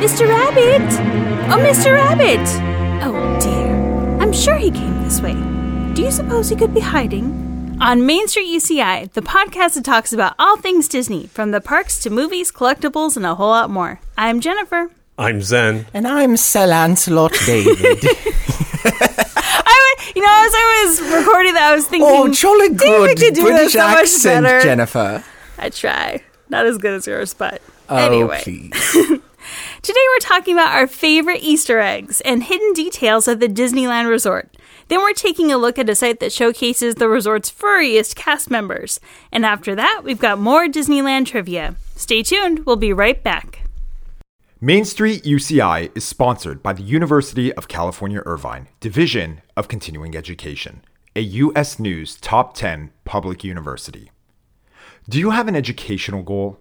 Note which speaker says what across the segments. Speaker 1: Mr. Rabbit! Oh, Mr. Rabbit! Oh dear. I'm sure he came this way. Do you suppose he could be hiding? On Main Street UCI, the podcast that talks about all things Disney, from the parks to movies, collectibles, and a whole lot more. I'm Jennifer.
Speaker 2: I'm Zen.
Speaker 3: And I'm Sir Lancelot David.
Speaker 1: I, wa- you know, as I was recording that, I was thinking,
Speaker 3: oh, jolly
Speaker 1: "Dang,
Speaker 3: good
Speaker 1: I could do
Speaker 3: British
Speaker 1: that so much
Speaker 3: accent,
Speaker 1: better."
Speaker 3: Jennifer.
Speaker 1: I try. Not as good as yours, but
Speaker 3: Oh,
Speaker 1: anyway.
Speaker 3: please.
Speaker 1: Today we're talking about our favorite Easter eggs and hidden details of the Disneyland Resort. Then we're taking a look at a site that showcases the resort's furriest cast members. And after that, we've got more Disneyland trivia. Stay tuned, we'll be right back.
Speaker 4: Main Street UCI is sponsored by the University of California Irvine, Division of Continuing Education, a U.S. News Top 10 public university. Do you have an educational goal?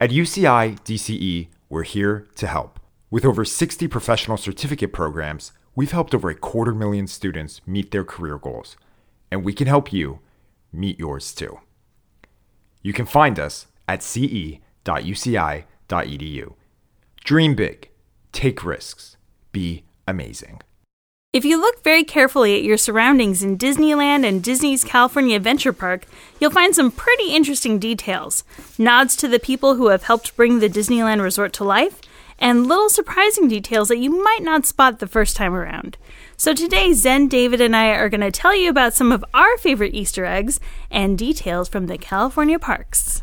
Speaker 4: At UCI DCE, E, we're here to help. With over 60 professional certificate programs, we've helped over a quarter million students meet their career goals, and we can help you meet yours too. You can find us at E ce.uci.edu. Dream big, take risks, be amazing.
Speaker 1: If you look very carefully at your surroundings in Disneyland and Disney's California Adventure Park, you'll find some pretty interesting details. Nods to the people who have helped bring the Disneyland resort to life, and little surprising details that you might not spot the first time around. So today, Zen, David, and I are going to tell you about some of our favorite Easter eggs and details from the California parks.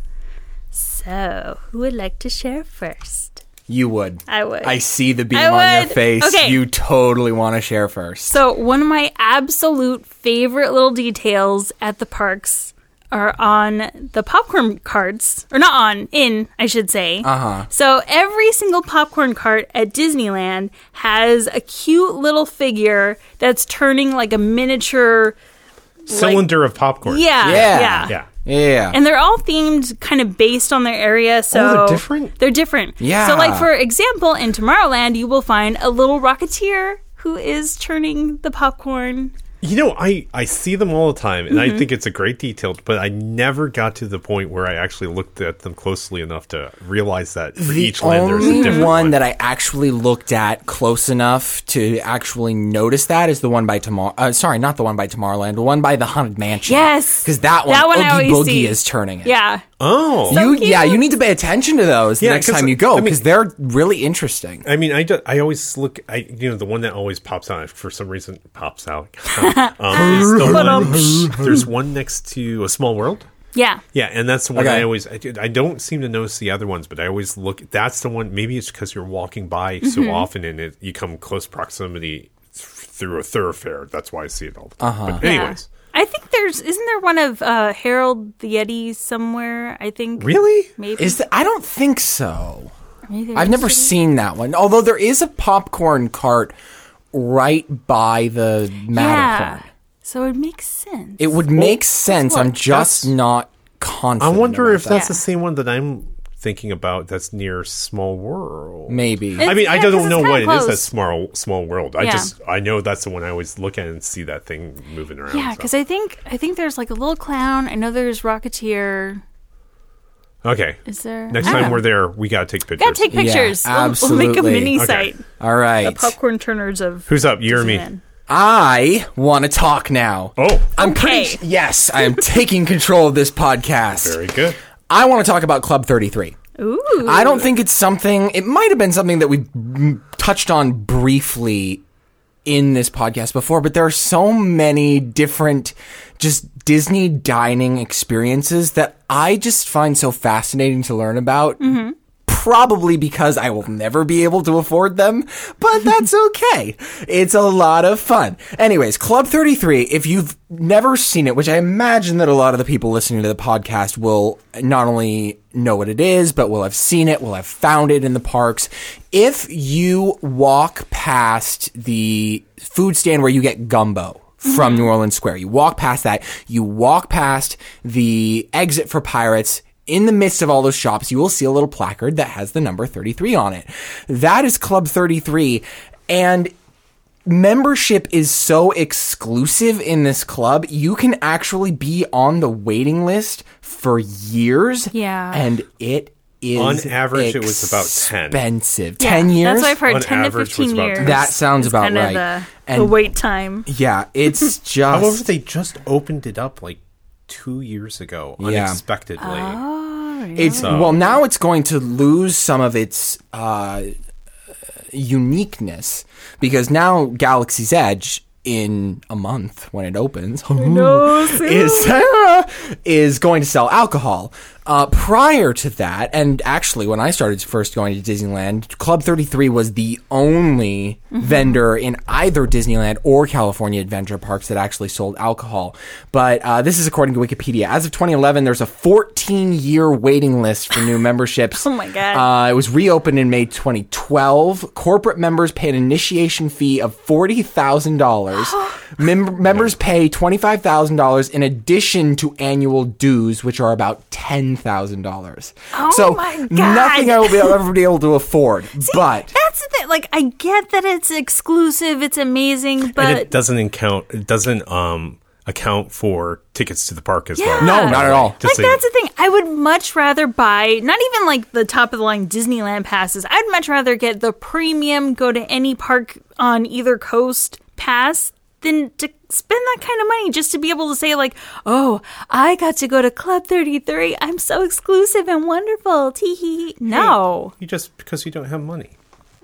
Speaker 1: So, who would like to share first?
Speaker 3: You would.
Speaker 1: I would.
Speaker 3: I see the beam
Speaker 1: I
Speaker 3: on your
Speaker 1: would.
Speaker 3: face.
Speaker 1: Okay.
Speaker 3: You totally want to share first.
Speaker 1: So, one of my absolute favorite little details at the parks are on the popcorn carts, or not on, in, I should say. Uh huh. So, every single popcorn cart at Disneyland has a cute little figure that's turning like a miniature.
Speaker 2: Cylinder of popcorn.
Speaker 1: Yeah.
Speaker 3: Yeah.
Speaker 1: Yeah.
Speaker 2: Yeah.
Speaker 3: Yeah.
Speaker 1: And they're all themed kind of based on their area. So
Speaker 2: they're different?
Speaker 1: They're different.
Speaker 3: Yeah.
Speaker 1: So, like for example, in Tomorrowland, you will find a little Rocketeer who is turning the popcorn.
Speaker 2: You know, I, I see them all the time and I think it's a great detail, but I never got to the point where I actually looked at them closely enough to realize that for
Speaker 3: the
Speaker 2: each land there's a
Speaker 3: only
Speaker 2: different
Speaker 3: one,
Speaker 2: one.
Speaker 3: that I actually looked at close enough to actually notice that is the one by tomorrow. Uh, sorry, not the one by Tomorrowland. The one by the Haunted Mansion.
Speaker 1: Yes.
Speaker 3: because that one,
Speaker 1: That one I
Speaker 3: Oogie
Speaker 1: always
Speaker 3: Boogie
Speaker 1: see.
Speaker 3: is turning it.
Speaker 1: Yeah.
Speaker 2: oh.
Speaker 3: you,
Speaker 1: cute.
Speaker 3: yeah, you need to pay attention to those the
Speaker 2: Yeah,
Speaker 3: next
Speaker 2: 'cause,
Speaker 3: time you go
Speaker 2: I mean-
Speaker 3: because they're really interesting.
Speaker 2: I mean, I, do, I always look, I you know, the one that always pops out, for some reason, pops out. um, is the one, there's one next to A Small World.
Speaker 1: Yeah.
Speaker 2: Yeah, and that's the one
Speaker 3: Okay.
Speaker 2: I always. I, I don't seem to notice the other ones, but I always look. That's the one. Maybe it's because you're walking by
Speaker 1: Mm-hmm.
Speaker 2: so often and it, you come close proximity th- through a thoroughfare. That's why I see it all the time. But anyways,
Speaker 1: Uh-huh. Yeah. I think there's isn't there one of uh, Harold the Yeti somewhere? I think
Speaker 2: really,
Speaker 1: maybe.
Speaker 3: Is the, I don't think so.
Speaker 1: Maybe there
Speaker 3: I've
Speaker 1: is.
Speaker 3: never seen that one. Although there is a popcorn cart right by the Matterhorn.
Speaker 1: Yeah. So it makes sense.
Speaker 3: It would make sense. I'm just
Speaker 2: that's-
Speaker 3: not confident.
Speaker 2: I wonder
Speaker 3: about
Speaker 2: if that's the
Speaker 1: Yeah.
Speaker 2: same one that I'm thinking about. That's near Small World.
Speaker 3: that. maybe.
Speaker 1: It-
Speaker 2: I mean,
Speaker 1: Yeah,
Speaker 2: I
Speaker 1: 'cause
Speaker 2: don't
Speaker 1: it's
Speaker 2: know
Speaker 1: kinda
Speaker 2: what it is. That
Speaker 1: close.
Speaker 2: small, small world. I
Speaker 1: Yeah.
Speaker 2: just, I know that's the one I always look at and see that thing moving around.
Speaker 1: yeah,
Speaker 2: so.
Speaker 1: because I think I think there's like a little clown. I know there's Rocketeer.
Speaker 2: okay,
Speaker 1: Is there?
Speaker 2: next
Speaker 1: I don't
Speaker 2: time
Speaker 1: know.
Speaker 2: we're there, we gotta take pictures.
Speaker 1: gotta take
Speaker 3: Yeah,
Speaker 1: pictures. We'll- We'll, make a
Speaker 3: absolutely.
Speaker 1: mini
Speaker 2: Okay.
Speaker 1: site.
Speaker 3: All right.
Speaker 1: Popcorn turners of
Speaker 2: Who's up? You or me?
Speaker 1: Disneyland.
Speaker 3: I want to talk now.
Speaker 2: Oh,
Speaker 3: I'm
Speaker 1: Okay.
Speaker 3: pretty. Yes, I am taking control of this podcast.
Speaker 2: very good.
Speaker 3: I want to talk about Club 33.
Speaker 1: Ooh.
Speaker 3: I don't think it's something. It might have been something that we touched on briefly in this podcast before, but there are so many different just Disney dining experiences that I just find so fascinating to learn about. Probably because I will never be able to afford them, but that's okay. It's a lot of fun. Anyways, Club 33, if you've never seen it, which I imagine that a lot of the people listening to the podcast will not only know what it is, but will have seen it, will have found it in the parks. If you walk past the food stand where you get gumbo from New Orleans Square, you walk past that, you walk past the exit for pirates. In the midst of all those shops, you will see a little placard that has the number 33 on it. That is Club 33. And membership is so exclusive in this club, you can actually be on the waiting list for years.
Speaker 1: Yeah.
Speaker 3: And it is
Speaker 2: On average, it was about 10.
Speaker 3: expensive.
Speaker 1: Yeah,
Speaker 3: Ten
Speaker 1: That's
Speaker 3: years.
Speaker 1: what I've heard.
Speaker 2: On
Speaker 1: 10
Speaker 2: average,
Speaker 1: to
Speaker 2: it's
Speaker 1: 15
Speaker 2: about
Speaker 1: years.
Speaker 2: 10.
Speaker 3: That sounds
Speaker 1: is
Speaker 3: about
Speaker 1: kind
Speaker 3: right.
Speaker 1: Of the, the
Speaker 3: And-
Speaker 1: wait time.
Speaker 3: Yeah, it's just.
Speaker 2: However, they just opened it up like two years ago,
Speaker 3: Yeah.
Speaker 2: unexpectedly.
Speaker 1: Ah.
Speaker 3: It's
Speaker 2: So-
Speaker 3: well now it's going to lose some of its uh, uniqueness because now Galaxy's Edge in a month when it opens is is going to sell alcohol. Uh, prior to that, and actually when I started first going to Disneyland, Club Thirty Three was the only
Speaker 1: Mm-hmm.
Speaker 3: vendor in either Disneyland or California Adventure Parks that actually sold alcohol. But uh, this is according to Wikipedia. As of 2011, there's a 14 year waiting list for new memberships.
Speaker 1: Oh my God.
Speaker 3: Uh, it was reopened in May 2012. Corporate members pay an initiation fee of $40,000. Mem- members pay $25,000 in addition to annual dues, which are about $10,000.
Speaker 1: Oh
Speaker 3: so
Speaker 1: my God.
Speaker 3: nothing I will be, I'll ever be able to afford. but
Speaker 1: That's the thing. Like, I get that it's exclusive, it's amazing,
Speaker 2: and
Speaker 1: but
Speaker 2: it doesn't account. It doesn't um account for tickets to the park as well.
Speaker 1: Yeah.
Speaker 3: no, not at all.
Speaker 2: Just
Speaker 1: like
Speaker 2: so you-
Speaker 1: that's the thing. I would much rather buy not even like the top of the line Disneyland passes. I'd much rather get the premium go to any park on either coast pass than to spend that kind of money just to be able to say like, "Oh, I got to go to Club 33. I'm so exclusive and wonderful." Tee hee. No.
Speaker 2: You just because you don't have money.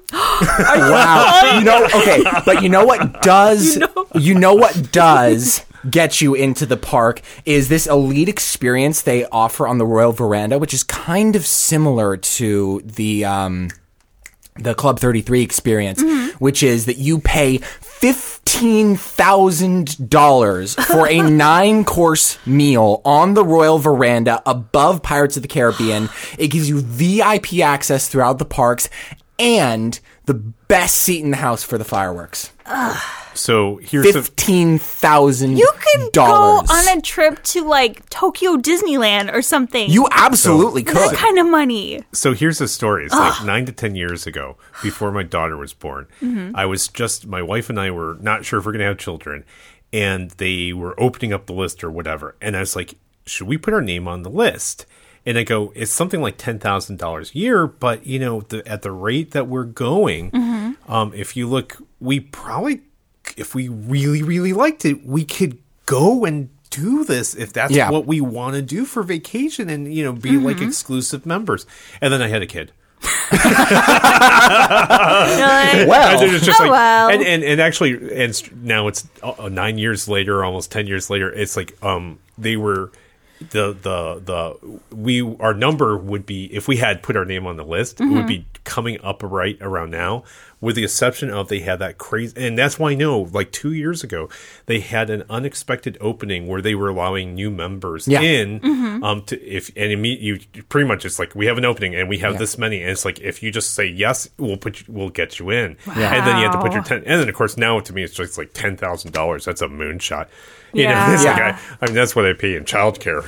Speaker 3: Wow. you know, okay, but you know what does you know, what does get you into the park is this elite experience they offer on the Royal Veranda, which is kind of similar to the um the Club 33 experience,
Speaker 1: Mm-hmm.
Speaker 3: which is that you pay $15,000 for a nine course meal on the Royal Veranda above Pirates of the Caribbean. It gives you VIP access throughout the parks and the best seat in the house for the fireworks.
Speaker 2: So here's the
Speaker 3: $15,000.
Speaker 1: You could go on a trip to like Tokyo Disneyland or something.
Speaker 3: You absolutely
Speaker 1: for
Speaker 3: could.
Speaker 1: that kind of money.
Speaker 2: so here's the story. It's like nine to ten years ago, before my daughter was born. I was just my wife and I were not sure if we're gonna have children, and they were opening up the list or whatever. And I was like, should we put our name on the list? And I go, it's something like ten thousand dollars a year, but you know, the, at the rate that we're going, um, if you look, we probably, if we really, really liked it, we could go and do this if that's
Speaker 3: Yeah.
Speaker 2: what we want to do for vacation and you know be like
Speaker 1: Mm-hmm.
Speaker 2: exclusive members and then i had a kid
Speaker 1: Like,
Speaker 2: and then
Speaker 3: well,
Speaker 2: it's just
Speaker 1: Oh,
Speaker 2: like
Speaker 1: well.
Speaker 2: and, and and actually and st- now it's uh, nine years later almost ten years later it's like um they were the the the we our number would be if we had put our name on the list it
Speaker 1: Mm-hmm.
Speaker 2: would be coming up right around now with the exception of they had that crazy and that's why i know like two years ago they had an unexpected opening where they were allowing new members
Speaker 3: Yeah.
Speaker 2: in
Speaker 1: Mm-hmm.
Speaker 2: um to if and imme- you pretty much it's like we have an opening and we have this many and it's like if you just say yes we'll put you, we'll get you in and then you have to put your
Speaker 1: Wow.
Speaker 2: ten. And then of course now to me it's just like ten thousand dollars. That's a moonshot. You
Speaker 1: Yeah.
Speaker 2: know, it's like
Speaker 1: Yeah.
Speaker 2: I, I mean that's what I pay in childcare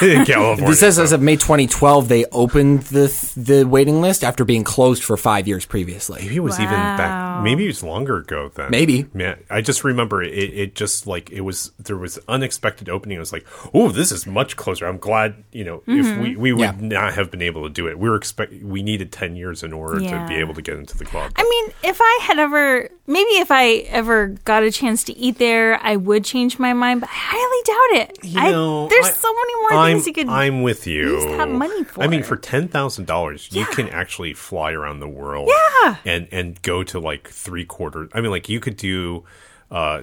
Speaker 2: in California.
Speaker 3: this says as of May 2012, they opened the the waiting list after being closed for five years previously.
Speaker 2: maybe it was even
Speaker 1: Wow.
Speaker 2: back. Maybe it was longer ago then.
Speaker 3: Maybe.
Speaker 2: Man, I just remember it. It just like it was. There was unexpected opening. It was like, oh, this is much closer. I'm glad. You know, if we we would not have been able to do it. We were expect. We needed ten years in order
Speaker 1: Yeah.
Speaker 2: to be able to get into the club.
Speaker 1: I mean, if I had ever, maybe if I ever got a chance to eat there, I would change my mind, but I highly doubt it.
Speaker 2: You
Speaker 1: I,
Speaker 2: know,
Speaker 1: there's
Speaker 2: I-
Speaker 1: so many more
Speaker 2: I'm,
Speaker 1: things you could.
Speaker 2: I'm with you.
Speaker 1: use that money
Speaker 2: I mean,
Speaker 1: for.
Speaker 2: for ten thousand dollars, you can actually fly around the world. Yeah, and and go to like three quarters. I mean, like you could do, uh,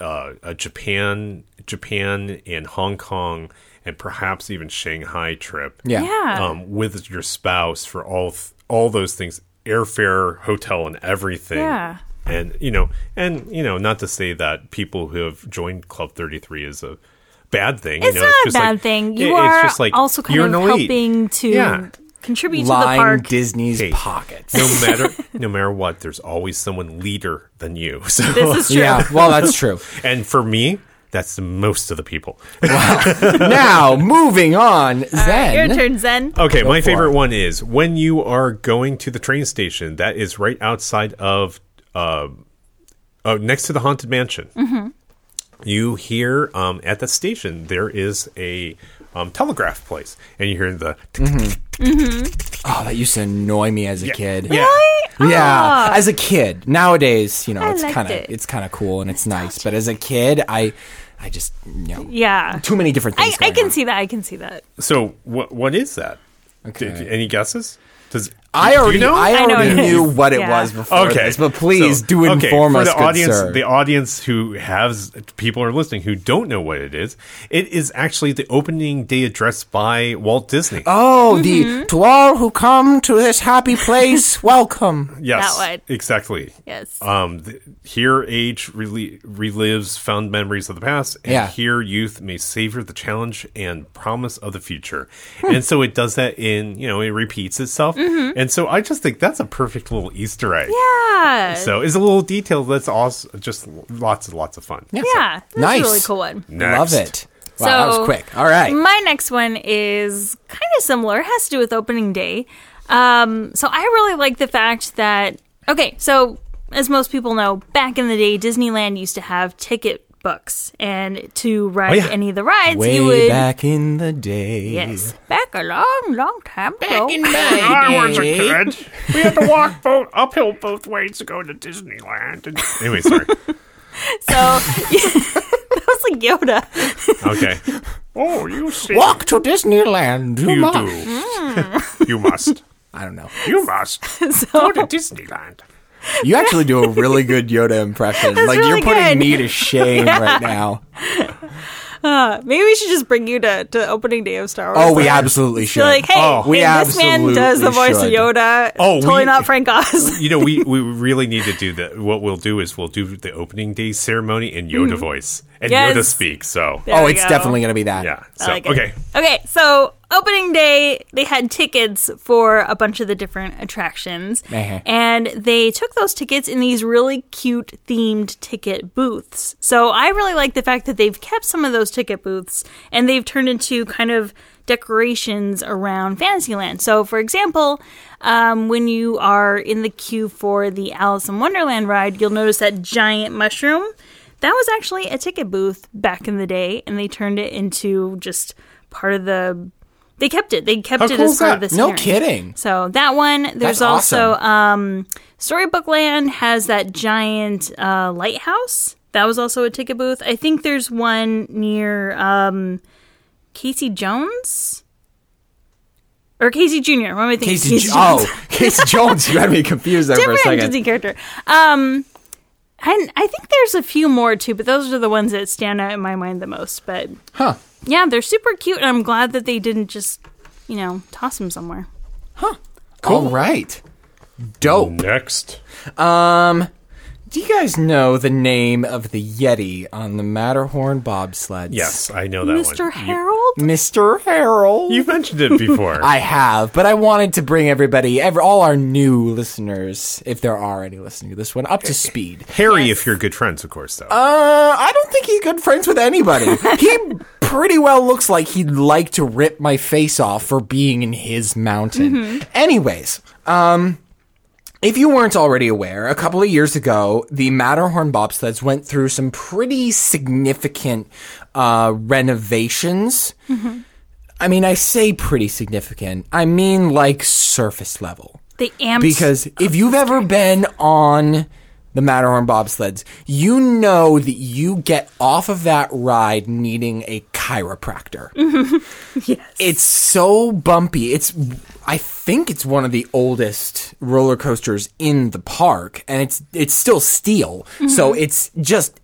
Speaker 2: uh, a Japan, Japan and Hong Kong, and perhaps even Shanghai trip.
Speaker 3: Yeah.
Speaker 1: yeah.
Speaker 2: um, with your spouse for all th- all those things, airfare, hotel, and everything.
Speaker 1: Yeah.
Speaker 2: And you know, and you know, not to say that people who have joined Club Thirty Three is a bad thing.
Speaker 1: it's
Speaker 2: you know,
Speaker 1: not
Speaker 2: just
Speaker 1: a
Speaker 2: like-
Speaker 1: bad thing.
Speaker 2: it-
Speaker 1: You
Speaker 2: it's
Speaker 1: are
Speaker 2: just like
Speaker 1: also kind
Speaker 2: you're
Speaker 1: of
Speaker 2: an elite.
Speaker 1: helping to
Speaker 2: Yeah.
Speaker 1: contribute to the
Speaker 3: Line
Speaker 1: park.
Speaker 3: Disney's
Speaker 2: Hey.
Speaker 3: pockets.
Speaker 2: No matter no matter what, there's always someone leader than you. So
Speaker 1: this is true.
Speaker 3: Yeah, well, that's true.
Speaker 2: and for me, that's the most of the people.
Speaker 3: now, moving on,
Speaker 1: Your
Speaker 3: then.
Speaker 1: turn, Zen.
Speaker 2: Okay, my
Speaker 3: for
Speaker 2: favorite
Speaker 3: it.
Speaker 2: one is when you are going to the train station. That is right outside of, uh, oh, next to the haunted mansion.
Speaker 3: Mm-hmm.
Speaker 2: You hear um, at that station there is a um, telegraph place, and you hear the
Speaker 3: Oh, that used to annoy me as a kid.
Speaker 2: Yeah.
Speaker 1: Oh,
Speaker 3: Yeah, as a kid. Nowadays, you know,
Speaker 1: Ah. I
Speaker 3: it's
Speaker 1: liked
Speaker 3: kind of
Speaker 1: it.
Speaker 3: it's kind of cool and it's nice. But as a kid, I, I just you know,
Speaker 1: Yeah.
Speaker 3: too many different
Speaker 1: I,
Speaker 3: things.
Speaker 1: I
Speaker 3: going
Speaker 1: can
Speaker 3: on.
Speaker 1: see that. I can see that.
Speaker 2: So what what is that?
Speaker 3: Okay.
Speaker 2: Did- any guesses? Does
Speaker 3: I
Speaker 2: do
Speaker 3: already,
Speaker 2: you know?
Speaker 3: I
Speaker 1: I know
Speaker 3: already
Speaker 1: it is.
Speaker 3: knew what it
Speaker 1: Yeah.
Speaker 3: was before this, but please
Speaker 2: So-
Speaker 3: do inform
Speaker 2: okay, for
Speaker 3: us,
Speaker 2: the
Speaker 3: good
Speaker 2: audience.
Speaker 3: sir.
Speaker 2: The audience who has people are listening who don't know what it is. It is actually the opening day address by Walt Disney.
Speaker 3: oh,
Speaker 1: Mm-hmm.
Speaker 3: the to all who come to this happy place, welcome.
Speaker 2: yes,
Speaker 1: that one.
Speaker 2: exactly.
Speaker 1: Yes.
Speaker 2: Um, th- here, age rel- relives found memories of the past, and
Speaker 3: Yeah.
Speaker 2: here, youth may savor the challenge and promise of the future.
Speaker 3: Hmm.
Speaker 2: And so it does that in, you know, it repeats itself.
Speaker 1: Mm-hmm.
Speaker 2: And so I just think that's a perfect little Easter egg.
Speaker 1: yeah.
Speaker 2: So it's a little detail that's awesome. Just lots and lots of fun.
Speaker 1: yeah. That's
Speaker 3: nice.
Speaker 1: a really cool one.
Speaker 2: Next.
Speaker 3: Love it. Wow, that was
Speaker 1: So-
Speaker 3: quick. All right.
Speaker 1: My next one is kind of similar. It has to do with opening day. Um, so I really like the fact that okay, so as most people know, back in the day, Disneyland used to have ticket books, and to ride
Speaker 2: yeah.
Speaker 1: any of the rides,
Speaker 3: Oh, Way
Speaker 1: you would
Speaker 3: back in the day.
Speaker 1: yes, Oh back a long, long time ago.
Speaker 2: When I was a kid, we had to walk both uphill both ways to go to Disneyland. And- anyway, sorry.
Speaker 1: so that was like Yoda.
Speaker 2: Okay. oh, you see,
Speaker 3: Walk to Disneyland. You,
Speaker 2: you
Speaker 3: must.
Speaker 2: do.
Speaker 1: Hmm.
Speaker 2: you must.
Speaker 3: I don't know.
Speaker 2: You must go to Disneyland.
Speaker 3: You actually do a really good Yoda impression. like
Speaker 1: really
Speaker 3: you're
Speaker 1: good.
Speaker 3: putting me to shame right now.
Speaker 1: Maybe we should just bring you to, to opening day of Star Wars.
Speaker 3: Oh, we absolutely should.
Speaker 1: You're like, hey,
Speaker 2: Oh.
Speaker 1: hey, this man does the voice
Speaker 3: should.
Speaker 1: of Yoda.
Speaker 2: Oh,
Speaker 1: totally
Speaker 2: we-
Speaker 1: not Frank Oz.
Speaker 2: You know, we, we really need to do that. What we'll do is we'll do the opening day ceremony in Yoda voice and
Speaker 1: Hmm. Yes.
Speaker 2: Yoda speak. So
Speaker 1: There
Speaker 3: oh,
Speaker 1: we
Speaker 3: it's
Speaker 1: go.
Speaker 3: definitely gonna be that.
Speaker 2: yeah.
Speaker 1: I
Speaker 2: So
Speaker 1: like it.
Speaker 2: okay.
Speaker 1: Okay, so opening day, they had tickets for a bunch of the different attractions.
Speaker 3: Uh-huh.
Speaker 1: And they took those tickets in these really cute themed ticket booths. So I really like the fact that they've kept some of those ticket booths and they've turned into kind of decorations around Fantasyland. So, for example, um, when you are in the queue for the Alice in Wonderland ride, you'll notice that giant mushroom. That was actually a ticket booth back in the day, and they turned it into just part of the. They kept it. They kept
Speaker 2: How
Speaker 1: it
Speaker 2: cool
Speaker 1: as
Speaker 2: is
Speaker 1: part of
Speaker 2: that?
Speaker 1: the
Speaker 3: No
Speaker 1: scenery.
Speaker 3: kidding.
Speaker 1: So that one. There's
Speaker 3: That's
Speaker 1: also
Speaker 3: awesome.
Speaker 1: um, Storybook Land has that giant uh, lighthouse. That was also a ticket booth. I think there's one near um, Casey Jones or Casey Jr. What am I thinking?
Speaker 3: Casey, jo- oh, Casey Jones. You had me confused there for a
Speaker 1: different
Speaker 3: second.
Speaker 1: Disney character. Um, and I think there's a few more too, but those are the ones that stand out in my mind the most. But
Speaker 3: Huh.
Speaker 1: yeah, they're super cute, and I'm glad that they didn't just, you know, toss them somewhere.
Speaker 3: All right. Dope.
Speaker 2: Next.
Speaker 3: Um, do you guys know the name of the Yeti on the Matterhorn bobsleds?
Speaker 2: Yes, I know that
Speaker 1: Mr.
Speaker 2: one.
Speaker 1: Harold.
Speaker 3: Mr. Harold.
Speaker 2: You, you mentioned it before.
Speaker 3: I have, but I wanted to bring everybody, ever, all our new listeners, if there are any listening to this one, up to speed.
Speaker 2: Harry, if you're good friends, of course, though.
Speaker 3: Uh, I don't think he's good friends with anybody. he pretty well looks like he'd like to rip my face off for being in his mountain. Anyways, um, if you weren't already aware, a couple of years ago, the Matterhorn bobsleds went through some pretty significant uh, renovations. I mean, I say pretty significant. I mean, like surface level
Speaker 1: They amped
Speaker 3: because if you've ever been on the Matterhorn bobsleds, you know that you get off of that ride needing a chiropractor. It's so bumpy. It's I think it's one of the oldest roller coasters in the park and it's it's still steel. So it's just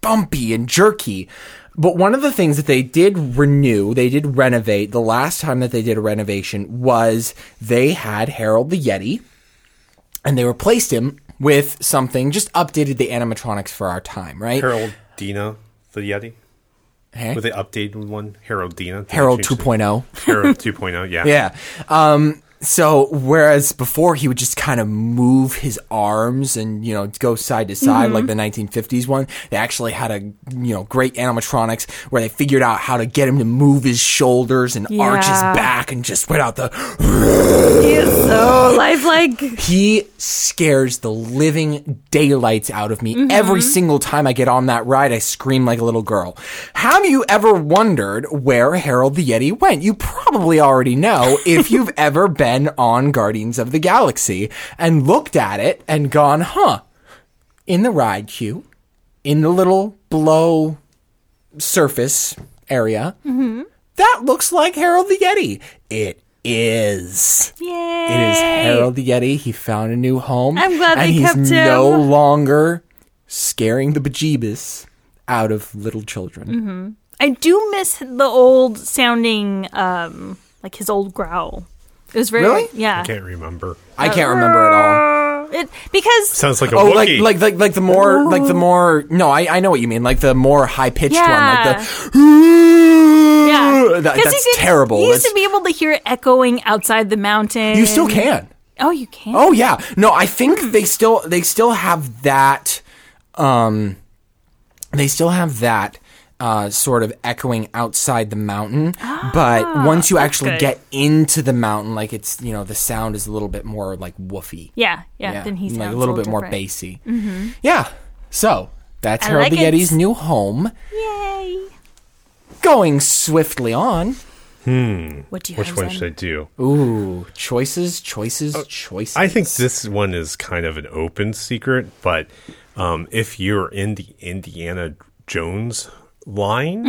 Speaker 3: bumpy and jerky. But one of the things that they did renew, they did renovate the last time that they did a renovation was they had Harold the Yeti and they replaced him with something just updated the animatronics for our time, right?
Speaker 2: Harold Dina, the Yeti.
Speaker 3: Hey?
Speaker 2: With the updated one, Harold Dina.
Speaker 3: Harold
Speaker 2: They
Speaker 3: oh.
Speaker 2: changed it.
Speaker 3: 2.0.
Speaker 2: Harold 2.0, yeah.
Speaker 3: Yeah. Um, so whereas before he would just kind of move his arms and you know go side to side like the 1950s one, they actually had a you know great animatronics where they figured out how to get him to move his shoulders and arch his
Speaker 1: Yeah.
Speaker 3: back and just went out the.
Speaker 1: He is so lifelike.
Speaker 3: He scares the living daylights out of me every single time I get on that ride. I scream like a little girl. Have you ever wondered where Harold the Yeti went? You probably already know if you've ever been been on Guardians of the Galaxy and looked at it and gone, huh, in the ride queue, in the little below surface area, that looks like Harold the Yeti. It is.
Speaker 1: Yay!
Speaker 3: It is Harold the Yeti. He found a new home.
Speaker 1: I'm glad
Speaker 3: and
Speaker 1: they
Speaker 3: he's
Speaker 1: kept him.
Speaker 3: no longer scaring the bejeebus out of little children.
Speaker 1: Mm-hmm. I do miss the old sounding, um, like his old growl. It was very
Speaker 3: Really?
Speaker 1: yeah.
Speaker 2: I can't remember.
Speaker 3: I can't
Speaker 1: Uh,
Speaker 3: remember at all.
Speaker 1: It because
Speaker 2: Sounds like a
Speaker 3: Oh, like,
Speaker 2: Wookiee.
Speaker 3: like like like the more like the more no, I, I know what you mean. Like the more high pitched one,
Speaker 1: yeah,
Speaker 3: like the
Speaker 1: yeah.
Speaker 3: That-
Speaker 1: 'Cause he
Speaker 3: that's
Speaker 1: could-
Speaker 3: terrible.
Speaker 1: He used
Speaker 3: That's-
Speaker 1: to be able to hear it echoing outside the mountain.
Speaker 3: you still can.
Speaker 1: Oh, you can.
Speaker 3: Oh yeah, no, I think they still they still have that, um, they still have that uh, sort of echoing outside the mountain. but once you actually
Speaker 1: Ah, good.
Speaker 3: get into the mountain, like it's you know the sound is a little bit more like woofy.
Speaker 1: Yeah, yeah. Then he's
Speaker 3: like a little bit more
Speaker 1: different. Mm-hmm.
Speaker 3: bassy. Yeah, so that's
Speaker 1: I
Speaker 3: Harold
Speaker 1: like
Speaker 3: the
Speaker 1: it.
Speaker 3: Yeti's new home.
Speaker 1: Yay!
Speaker 3: Going swiftly on.
Speaker 1: What do you
Speaker 2: Which
Speaker 1: have? Zen?
Speaker 2: one should I do?
Speaker 3: Ooh, choices, choices, choices.
Speaker 2: I think this one is kind of an open secret, but um, if you're in the Indiana Jones line,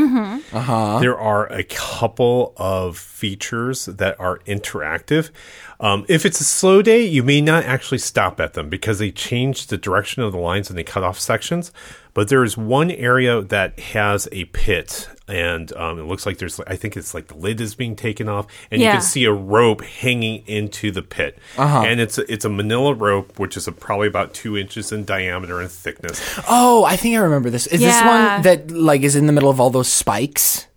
Speaker 2: there are a couple of features that are interactive. Um, if it's a slow day, you may not actually stop at them because they change the direction of the lines and they cut off sections. But there is one area that has a pit, and um, it looks like there's, I think it's like the lid is being taken off, and you
Speaker 1: Yeah.
Speaker 2: can see a rope hanging into the pit. And it's a, it's a manila rope, which is a, probably about two inches in diameter and thickness.
Speaker 3: oh, I think I remember this. Is
Speaker 1: Yeah.
Speaker 3: this one that like is in the middle of all those spikes?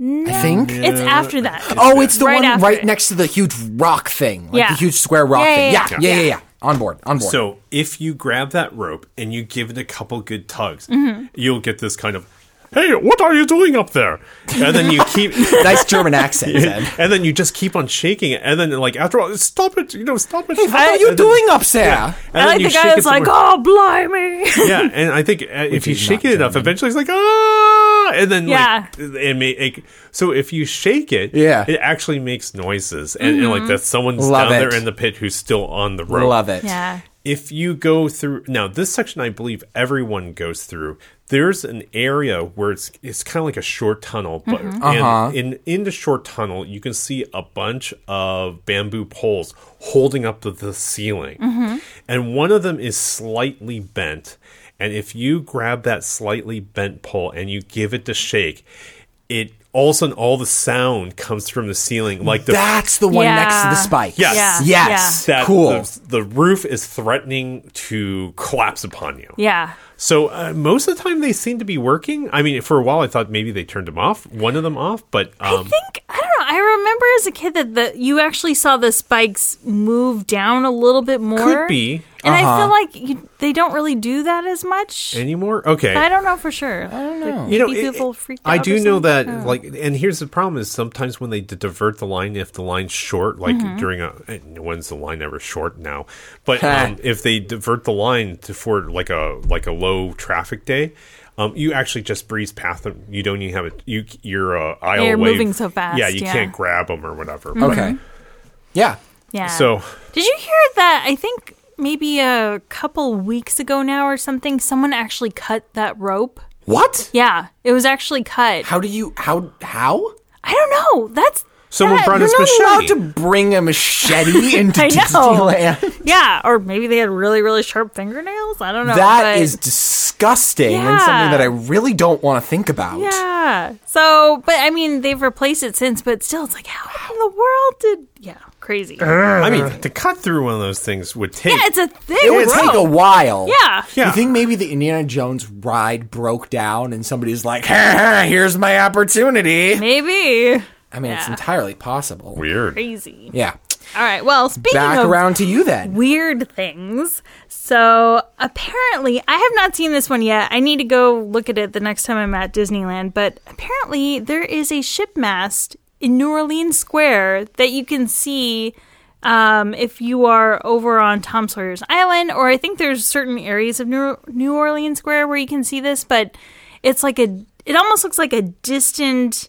Speaker 3: I think.
Speaker 1: It's after that.
Speaker 3: Oh, it's the
Speaker 1: Right
Speaker 3: one
Speaker 1: after
Speaker 3: right
Speaker 1: it.
Speaker 3: next to the huge rock thing, like
Speaker 1: Yeah.
Speaker 3: the huge square rock
Speaker 1: Yeah, yeah,
Speaker 3: thing. Yeah
Speaker 1: yeah.
Speaker 3: yeah. yeah, yeah, On board, on board.
Speaker 2: So if you grab that rope and you give it a couple good tugs,
Speaker 3: Mm-hmm.
Speaker 2: you'll get this kind of, "Hey, what are you doing up there?" And then you keep,
Speaker 3: nice German accent. Zen.
Speaker 2: and then you just keep on shaking it, and then like after all, stop it, you know, stop it.
Speaker 3: What are you doing up there?
Speaker 2: And
Speaker 1: I
Speaker 2: then
Speaker 1: like
Speaker 2: you
Speaker 1: the guy
Speaker 2: shake it
Speaker 1: that's like,
Speaker 2: somewhere.
Speaker 1: "Oh, blimey!"
Speaker 2: yeah, and I think uh, if you
Speaker 3: is
Speaker 2: shake
Speaker 3: "Oh." not
Speaker 2: it enough, eventually it's like ah, and then
Speaker 1: Yeah.
Speaker 2: like it may it, so if you shake it,
Speaker 3: Yeah. Mm-hmm.
Speaker 2: it actually makes noises, and, and, like that someone's
Speaker 3: Love
Speaker 2: down
Speaker 3: it.
Speaker 2: there in the pit who's still on the rope.
Speaker 3: Love it.
Speaker 1: yeah.
Speaker 2: If you go through now, this section I believe everyone goes through. There's an area where it's it's kind of like a short tunnel, but and in in the short tunnel you can see a bunch of bamboo poles holding up the, the ceiling, and one of them is slightly bent. And if you grab that slightly bent pole and you give it to shake, it all of a sudden all the sound comes from the ceiling, like the
Speaker 3: That's the one
Speaker 1: Yeah.
Speaker 3: next to the spikes.
Speaker 2: Yes.
Speaker 1: Yeah.
Speaker 3: Yes.
Speaker 2: that
Speaker 3: Cool.
Speaker 2: the, the roof is threatening to collapse upon you.
Speaker 1: Yeah.
Speaker 2: So uh, most of the time they seem to be working. I mean, for a while I thought maybe they turned them off, one of them off, but um,
Speaker 1: I think I don't know. I remember as a kid that the you actually saw the spikes move down a little bit more.
Speaker 2: Could be.
Speaker 1: and I
Speaker 3: Uh-huh.
Speaker 1: feel like you, they don't really do that as much.
Speaker 2: anymore. Okay,
Speaker 1: I don't know for sure. I don't know.
Speaker 2: you know,
Speaker 1: maybe
Speaker 2: it-
Speaker 1: people freaked
Speaker 2: I
Speaker 1: out or
Speaker 2: do know
Speaker 1: something.
Speaker 2: that. Like, and here's the problem: is sometimes when they d- divert the line, if the line's short, like
Speaker 1: Mm-hmm.
Speaker 2: during a and when's the line ever short now? But um, if they divert the line to for like a like a low traffic day. Um, you actually just breeze past them. You don't even have a you. You're uh, aisle
Speaker 1: They're
Speaker 2: away.
Speaker 1: moving so fast,
Speaker 2: Yeah, you
Speaker 1: yeah. Mm-hmm.
Speaker 2: can't grab them or whatever.
Speaker 3: Okay. Yeah.
Speaker 1: Yeah.
Speaker 2: So
Speaker 1: did you hear that? I think maybe a couple weeks ago now or something. Someone actually cut that rope.
Speaker 3: What?
Speaker 1: Yeah, it was actually cut.
Speaker 3: How do you how how?
Speaker 1: I don't know. That's
Speaker 2: someone
Speaker 1: that-
Speaker 2: brought
Speaker 3: You're
Speaker 2: his
Speaker 3: not allowed
Speaker 2: machete.
Speaker 3: to bring a machete into
Speaker 1: I know.
Speaker 3: Disneyland.
Speaker 1: Yeah, or maybe they had really, really sharp fingernails. I don't know.
Speaker 3: That
Speaker 1: but-
Speaker 3: is disgusting and
Speaker 1: Yeah.
Speaker 3: something that I really don't want to think about.
Speaker 1: Yeah. So, but I mean, they've replaced it since, but still, it's like, how in the world did. Yeah, crazy.
Speaker 3: Uh-huh.
Speaker 1: Yeah,
Speaker 2: I mean, to cut through one of those things would take.
Speaker 1: it's a thing.
Speaker 3: It would take a while.
Speaker 1: Yeah.
Speaker 2: Yeah.
Speaker 3: You think maybe the Indiana Jones ride broke down and somebody's like, "Ha, ha, here's my opportunity.
Speaker 1: Maybe.
Speaker 3: I mean, it's entirely possible.
Speaker 2: weird.
Speaker 1: Crazy.
Speaker 3: Yeah.
Speaker 1: All right. Well, speaking
Speaker 3: Back
Speaker 1: of
Speaker 3: around to you then.
Speaker 1: weird things. So apparently, I have not seen this one yet. I need to go look at it the next time I'm at Disneyland. But apparently, there is a ship mast in New Orleans Square that you can see um, if you are over on Tom Sawyer's Island, or I think there's certain areas of New, New Orleans Square where you can see this. But it's like a, it almost looks like a distant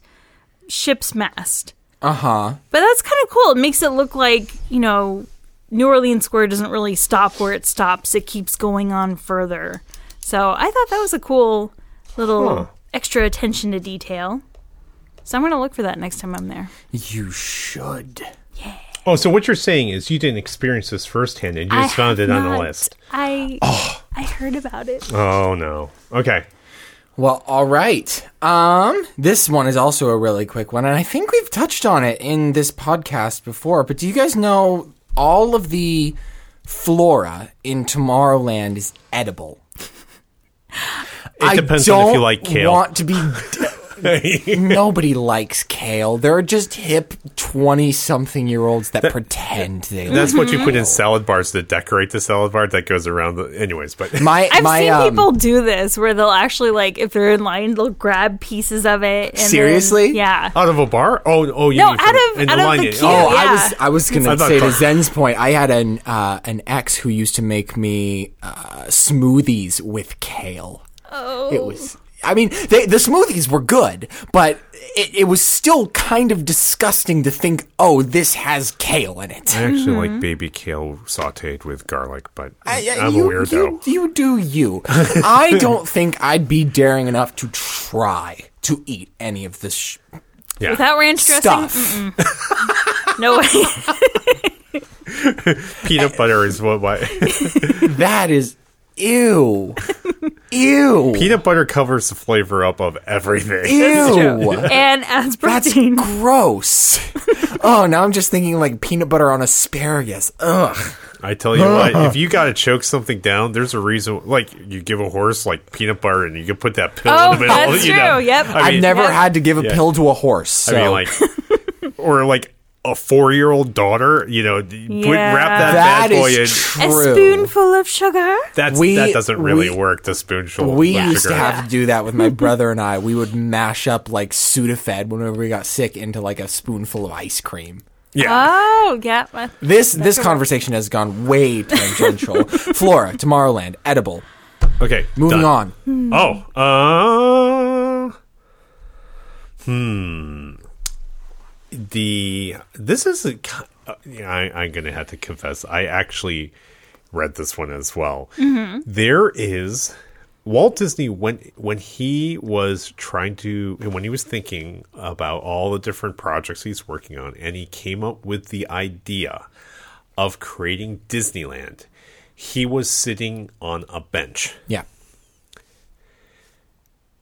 Speaker 1: ship's mast. But that's kind of cool. It makes it look like, you know, New Orleans Square doesn't really stop where it stops, it keeps going on further. So I thought that was a cool little extra attention to detail. So I'm going to look for that next time I'm there.
Speaker 3: You should.
Speaker 2: Oh, so what you're saying is you didn't experience this firsthand and you
Speaker 1: I
Speaker 2: just found
Speaker 1: have
Speaker 2: it on the
Speaker 1: not.
Speaker 2: list.
Speaker 1: I I heard about it.
Speaker 2: Oh no. Okay.
Speaker 3: Well, all right. Um, this one is also a really quick one, and I think we've touched on it in this podcast before. But do you guys know all of the flora in Tomorrowland is edible?
Speaker 2: It depends on if you like kale.
Speaker 3: Want to be Nobody likes kale. There are just hip twenty-something-year-olds that, pretend they. like
Speaker 2: That's what you put in salad bars to decorate the salad bar that goes around the anyways, but
Speaker 3: My,
Speaker 1: I've
Speaker 3: my,
Speaker 1: seen
Speaker 3: um,
Speaker 1: people do this where they'll actually like if they're in line they'll grab pieces of it. And then-
Speaker 3: Seriously?
Speaker 1: yeah.
Speaker 2: out of a bar? Oh oh you
Speaker 1: No,
Speaker 2: mean from-
Speaker 1: out of-
Speaker 2: in
Speaker 1: out of
Speaker 2: line,
Speaker 1: the
Speaker 2: yeah.
Speaker 1: queue.
Speaker 2: Oh,
Speaker 3: Oh, I
Speaker 1: Yeah.
Speaker 3: was I was gonna
Speaker 2: I thought
Speaker 3: say to
Speaker 2: car-
Speaker 3: Zen's point. I had an uh, an ex who used to make me uh, smoothies with kale. Oh, it was. I mean, they, the smoothies were good, but it, it was still kind of disgusting to think, oh, this has kale in it.
Speaker 2: I actually
Speaker 1: Mm-hmm.
Speaker 2: like baby kale sauteed with garlic, but I,
Speaker 3: I- I-
Speaker 2: am
Speaker 3: Uh, you,
Speaker 2: a weirdo.
Speaker 3: You, you do you. I don't think I'd be daring enough to try to eat any of this sh-
Speaker 2: yeah.
Speaker 1: Without ranch dressing?
Speaker 3: stuff.
Speaker 1: No way.
Speaker 2: Peanut butter is what why
Speaker 3: That is ew, ew,
Speaker 2: peanut butter covers the flavor up of everything.
Speaker 3: ew.
Speaker 1: and as
Speaker 3: That's
Speaker 1: protein.
Speaker 3: gross. oh, now I'm just thinking like peanut butter on asparagus. Ugh.
Speaker 2: I tell you what, if you gotta choke something down, there's a reason. Like you give a horse like peanut butter, and you can put that pill
Speaker 1: Oh,
Speaker 2: in the middle.
Speaker 1: that's
Speaker 2: you know?
Speaker 1: true, yep.
Speaker 2: I
Speaker 3: I've
Speaker 2: mean,
Speaker 3: never
Speaker 1: yeah.
Speaker 3: had to give a
Speaker 2: Yeah.
Speaker 3: pill to a horse. So.
Speaker 2: I mean, like, or like a four-year-old daughter. You know, d- put- wrap
Speaker 1: Yeah.
Speaker 2: that,
Speaker 3: that
Speaker 2: bad boy in.
Speaker 3: is
Speaker 1: A
Speaker 3: true.
Speaker 1: spoonful of sugar.
Speaker 2: That's
Speaker 3: We-
Speaker 2: that doesn't really
Speaker 3: we-
Speaker 2: work. The spoonful.
Speaker 3: We
Speaker 2: of
Speaker 3: used to
Speaker 2: sugar.
Speaker 3: have to do that with my brother and I. We would mash up like Sudafed whenever we got sick into like a spoonful of ice cream.
Speaker 2: Yeah.
Speaker 1: Oh, yeah. I-
Speaker 3: This this conversation has gone way tangential. Flora, Tomorrowland, edible.
Speaker 2: okay.
Speaker 3: Moving
Speaker 2: done.
Speaker 3: on.
Speaker 2: Oh, uh, hmm. The this is a, ki- uh, yeah, I, I'm gonna have to confess. I actually read this one as well. There is Walt Disney when when he was trying to and when he was thinking about all the different projects he's working on, and he came up with the idea of creating Disneyland. He was sitting on a bench
Speaker 3: Yeah.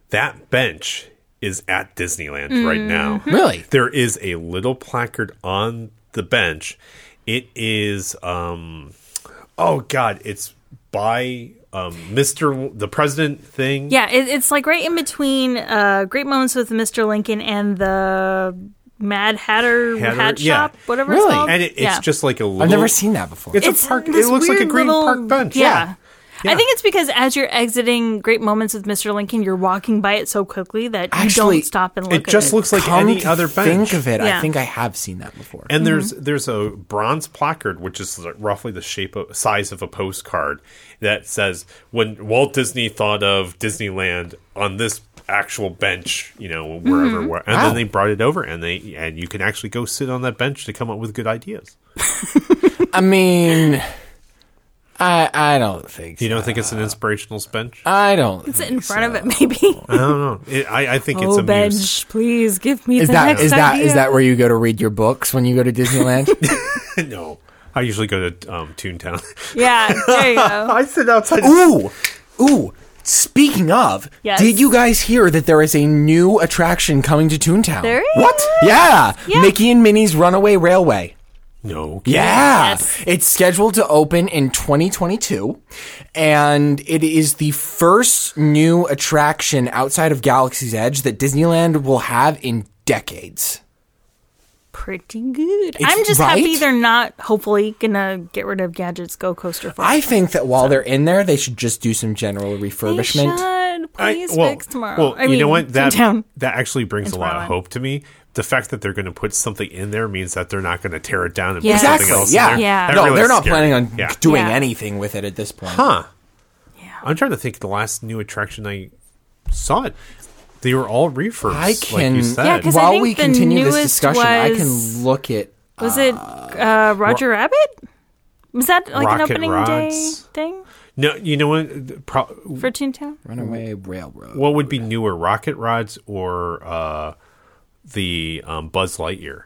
Speaker 2: that bench is at Disneyland right now.
Speaker 1: Mm-hmm.
Speaker 3: Really?
Speaker 2: There is a little placard on the bench. It is um oh god, it's by um Mr. the president thing.
Speaker 1: Yeah, it, it's like right in between uh, Great Moments with Mr. Lincoln and the Mad Hatter,
Speaker 2: Hatter,
Speaker 1: Hat
Speaker 2: yeah.
Speaker 1: Shop, whatever
Speaker 3: Really?
Speaker 1: it's called.
Speaker 2: And it, it's
Speaker 1: Yeah.
Speaker 2: just like a little
Speaker 3: I've never seen that before.
Speaker 2: It's,
Speaker 1: It's
Speaker 2: a park. It
Speaker 1: this
Speaker 2: looks like a
Speaker 1: weird
Speaker 2: green
Speaker 1: little-
Speaker 2: park bench.
Speaker 1: Yeah.
Speaker 2: Yeah.
Speaker 1: I think it's because as you're exiting Great Moments with Mr. Lincoln, you're walking by it so quickly that you
Speaker 3: Actually,
Speaker 1: don't stop and look
Speaker 2: It
Speaker 1: at
Speaker 2: just looks like
Speaker 3: Come
Speaker 2: any
Speaker 3: to
Speaker 2: other bench.
Speaker 3: Think of it. I
Speaker 1: Yeah.
Speaker 3: think I have seen that before.
Speaker 2: And there's there's a bronze placard, which is like roughly the shape of, size of a postcard, that says when Walt Disney thought of Disneyland on this actual bench, you know, wherever. Where, and
Speaker 3: Wow.
Speaker 2: then they brought it over, and they and you can actually go sit on that bench to come up with good ideas.
Speaker 3: I mean, I I don't think
Speaker 2: You
Speaker 3: so.
Speaker 2: don't think it's an inspirational bench?
Speaker 3: I don't.
Speaker 1: Sit in front of it, maybe.
Speaker 2: I don't know. It, I, I think it's
Speaker 1: oh,
Speaker 2: a
Speaker 1: bench,
Speaker 2: muse.
Speaker 1: please give me
Speaker 3: Is
Speaker 1: the
Speaker 3: that
Speaker 1: next
Speaker 3: is that
Speaker 1: idea.
Speaker 3: is that where you go to read your books when you go to Disneyland?
Speaker 2: no, I usually go to um, Toontown.
Speaker 1: Yeah, there you go.
Speaker 2: I sit outside.
Speaker 3: ooh, ooh. Speaking of,
Speaker 1: Yes.
Speaker 3: did you guys hear that there is a new attraction coming to Toontown?
Speaker 1: There is?
Speaker 3: What? Yeah.
Speaker 1: Yeah.
Speaker 3: Mickey and Minnie's Runaway Railway.
Speaker 2: No,
Speaker 3: Yeah.
Speaker 1: Yes.
Speaker 3: It's scheduled to open in 2022, and it is the first new attraction outside of Galaxy's Edge that Disneyland will have in decades.
Speaker 1: Pretty good. I'm just happy
Speaker 3: right?
Speaker 1: they're not hopefully gonna get rid of Gadget's Go Coaster for
Speaker 3: I think that while they're in there, they should just do some general refurbishment.
Speaker 1: should.
Speaker 2: I-
Speaker 1: Please
Speaker 2: well-
Speaker 1: fix tomorrow.
Speaker 2: Well,
Speaker 1: I
Speaker 2: you
Speaker 1: mean,
Speaker 2: know what? That
Speaker 1: Toontown.
Speaker 2: that actually brings a lot of
Speaker 1: Tomorrowland.
Speaker 2: hope to me. The fact that they're going to put something in there means that they're not going to tear it down and
Speaker 1: Yeah.
Speaker 2: put
Speaker 3: Exactly.
Speaker 2: something else
Speaker 3: yeah.
Speaker 2: in there.
Speaker 1: Yeah.
Speaker 2: That
Speaker 3: No,
Speaker 2: really
Speaker 3: they're not
Speaker 2: scared me.
Speaker 3: planning on
Speaker 2: Yeah.
Speaker 3: doing
Speaker 1: Yeah.
Speaker 3: anything with it at this point.
Speaker 2: Huh. I'm trying to think the last new attraction I saw it. They were all refurbs.
Speaker 3: I can.
Speaker 2: like you said.
Speaker 1: Yeah, 'cause I
Speaker 3: while
Speaker 1: think
Speaker 3: we
Speaker 1: the
Speaker 3: continue this
Speaker 1: newest
Speaker 3: discussion, I
Speaker 1: was-
Speaker 3: can look it
Speaker 1: Was it uh, Roger Rabbit? Was that like an
Speaker 2: Rocket
Speaker 1: opening day
Speaker 2: Rods.
Speaker 1: thing
Speaker 2: No, you know what? Pro-
Speaker 1: for Toontown?
Speaker 3: Runaway Railroad.
Speaker 2: what would be newer, rocket rods or uh, the um, Buzz Lightyear?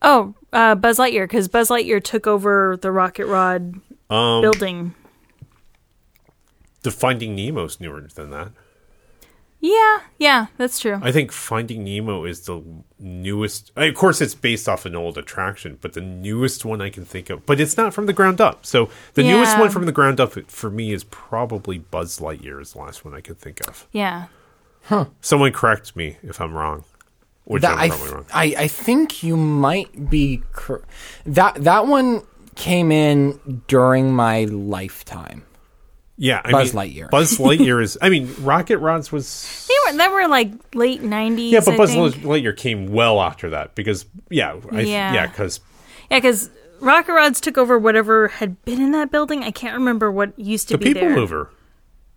Speaker 1: Oh, uh, Buzz Lightyear, because Buzz Lightyear took over the Rocket Rod
Speaker 2: Um,
Speaker 1: building.
Speaker 2: The Finding Nemo's newer than that.
Speaker 1: Yeah, yeah, that's true.
Speaker 2: I think Finding Nemo is the newest. I- Of course, it's based off an old attraction, but the newest one I can think of. But it's not from the ground up. So the newest
Speaker 1: Yeah.
Speaker 2: one from the ground up for me is probably Buzz Lightyear is the last one I could think of.
Speaker 1: yeah.
Speaker 2: Someone correct me if I'm wrong, which
Speaker 3: That-
Speaker 2: I'm
Speaker 3: I,
Speaker 2: probably wrong.
Speaker 3: I I think you might be cor- that that one came in during my lifetime.
Speaker 2: Yeah, I
Speaker 3: Buzz
Speaker 2: mean,
Speaker 3: Lightyear.
Speaker 2: Buzz Lightyear is. I mean, rocket rods was.
Speaker 1: They were, they were like late 90s.
Speaker 2: Yeah, but
Speaker 1: I
Speaker 2: Buzz
Speaker 1: think.
Speaker 2: Lightyear came well after that because yeah, I,
Speaker 1: Yeah.
Speaker 2: yeah, because
Speaker 1: Yeah, because Rocket Rods took over whatever had been in that building. I can't remember what used to
Speaker 2: the
Speaker 1: be
Speaker 2: People
Speaker 1: there.
Speaker 2: Mover,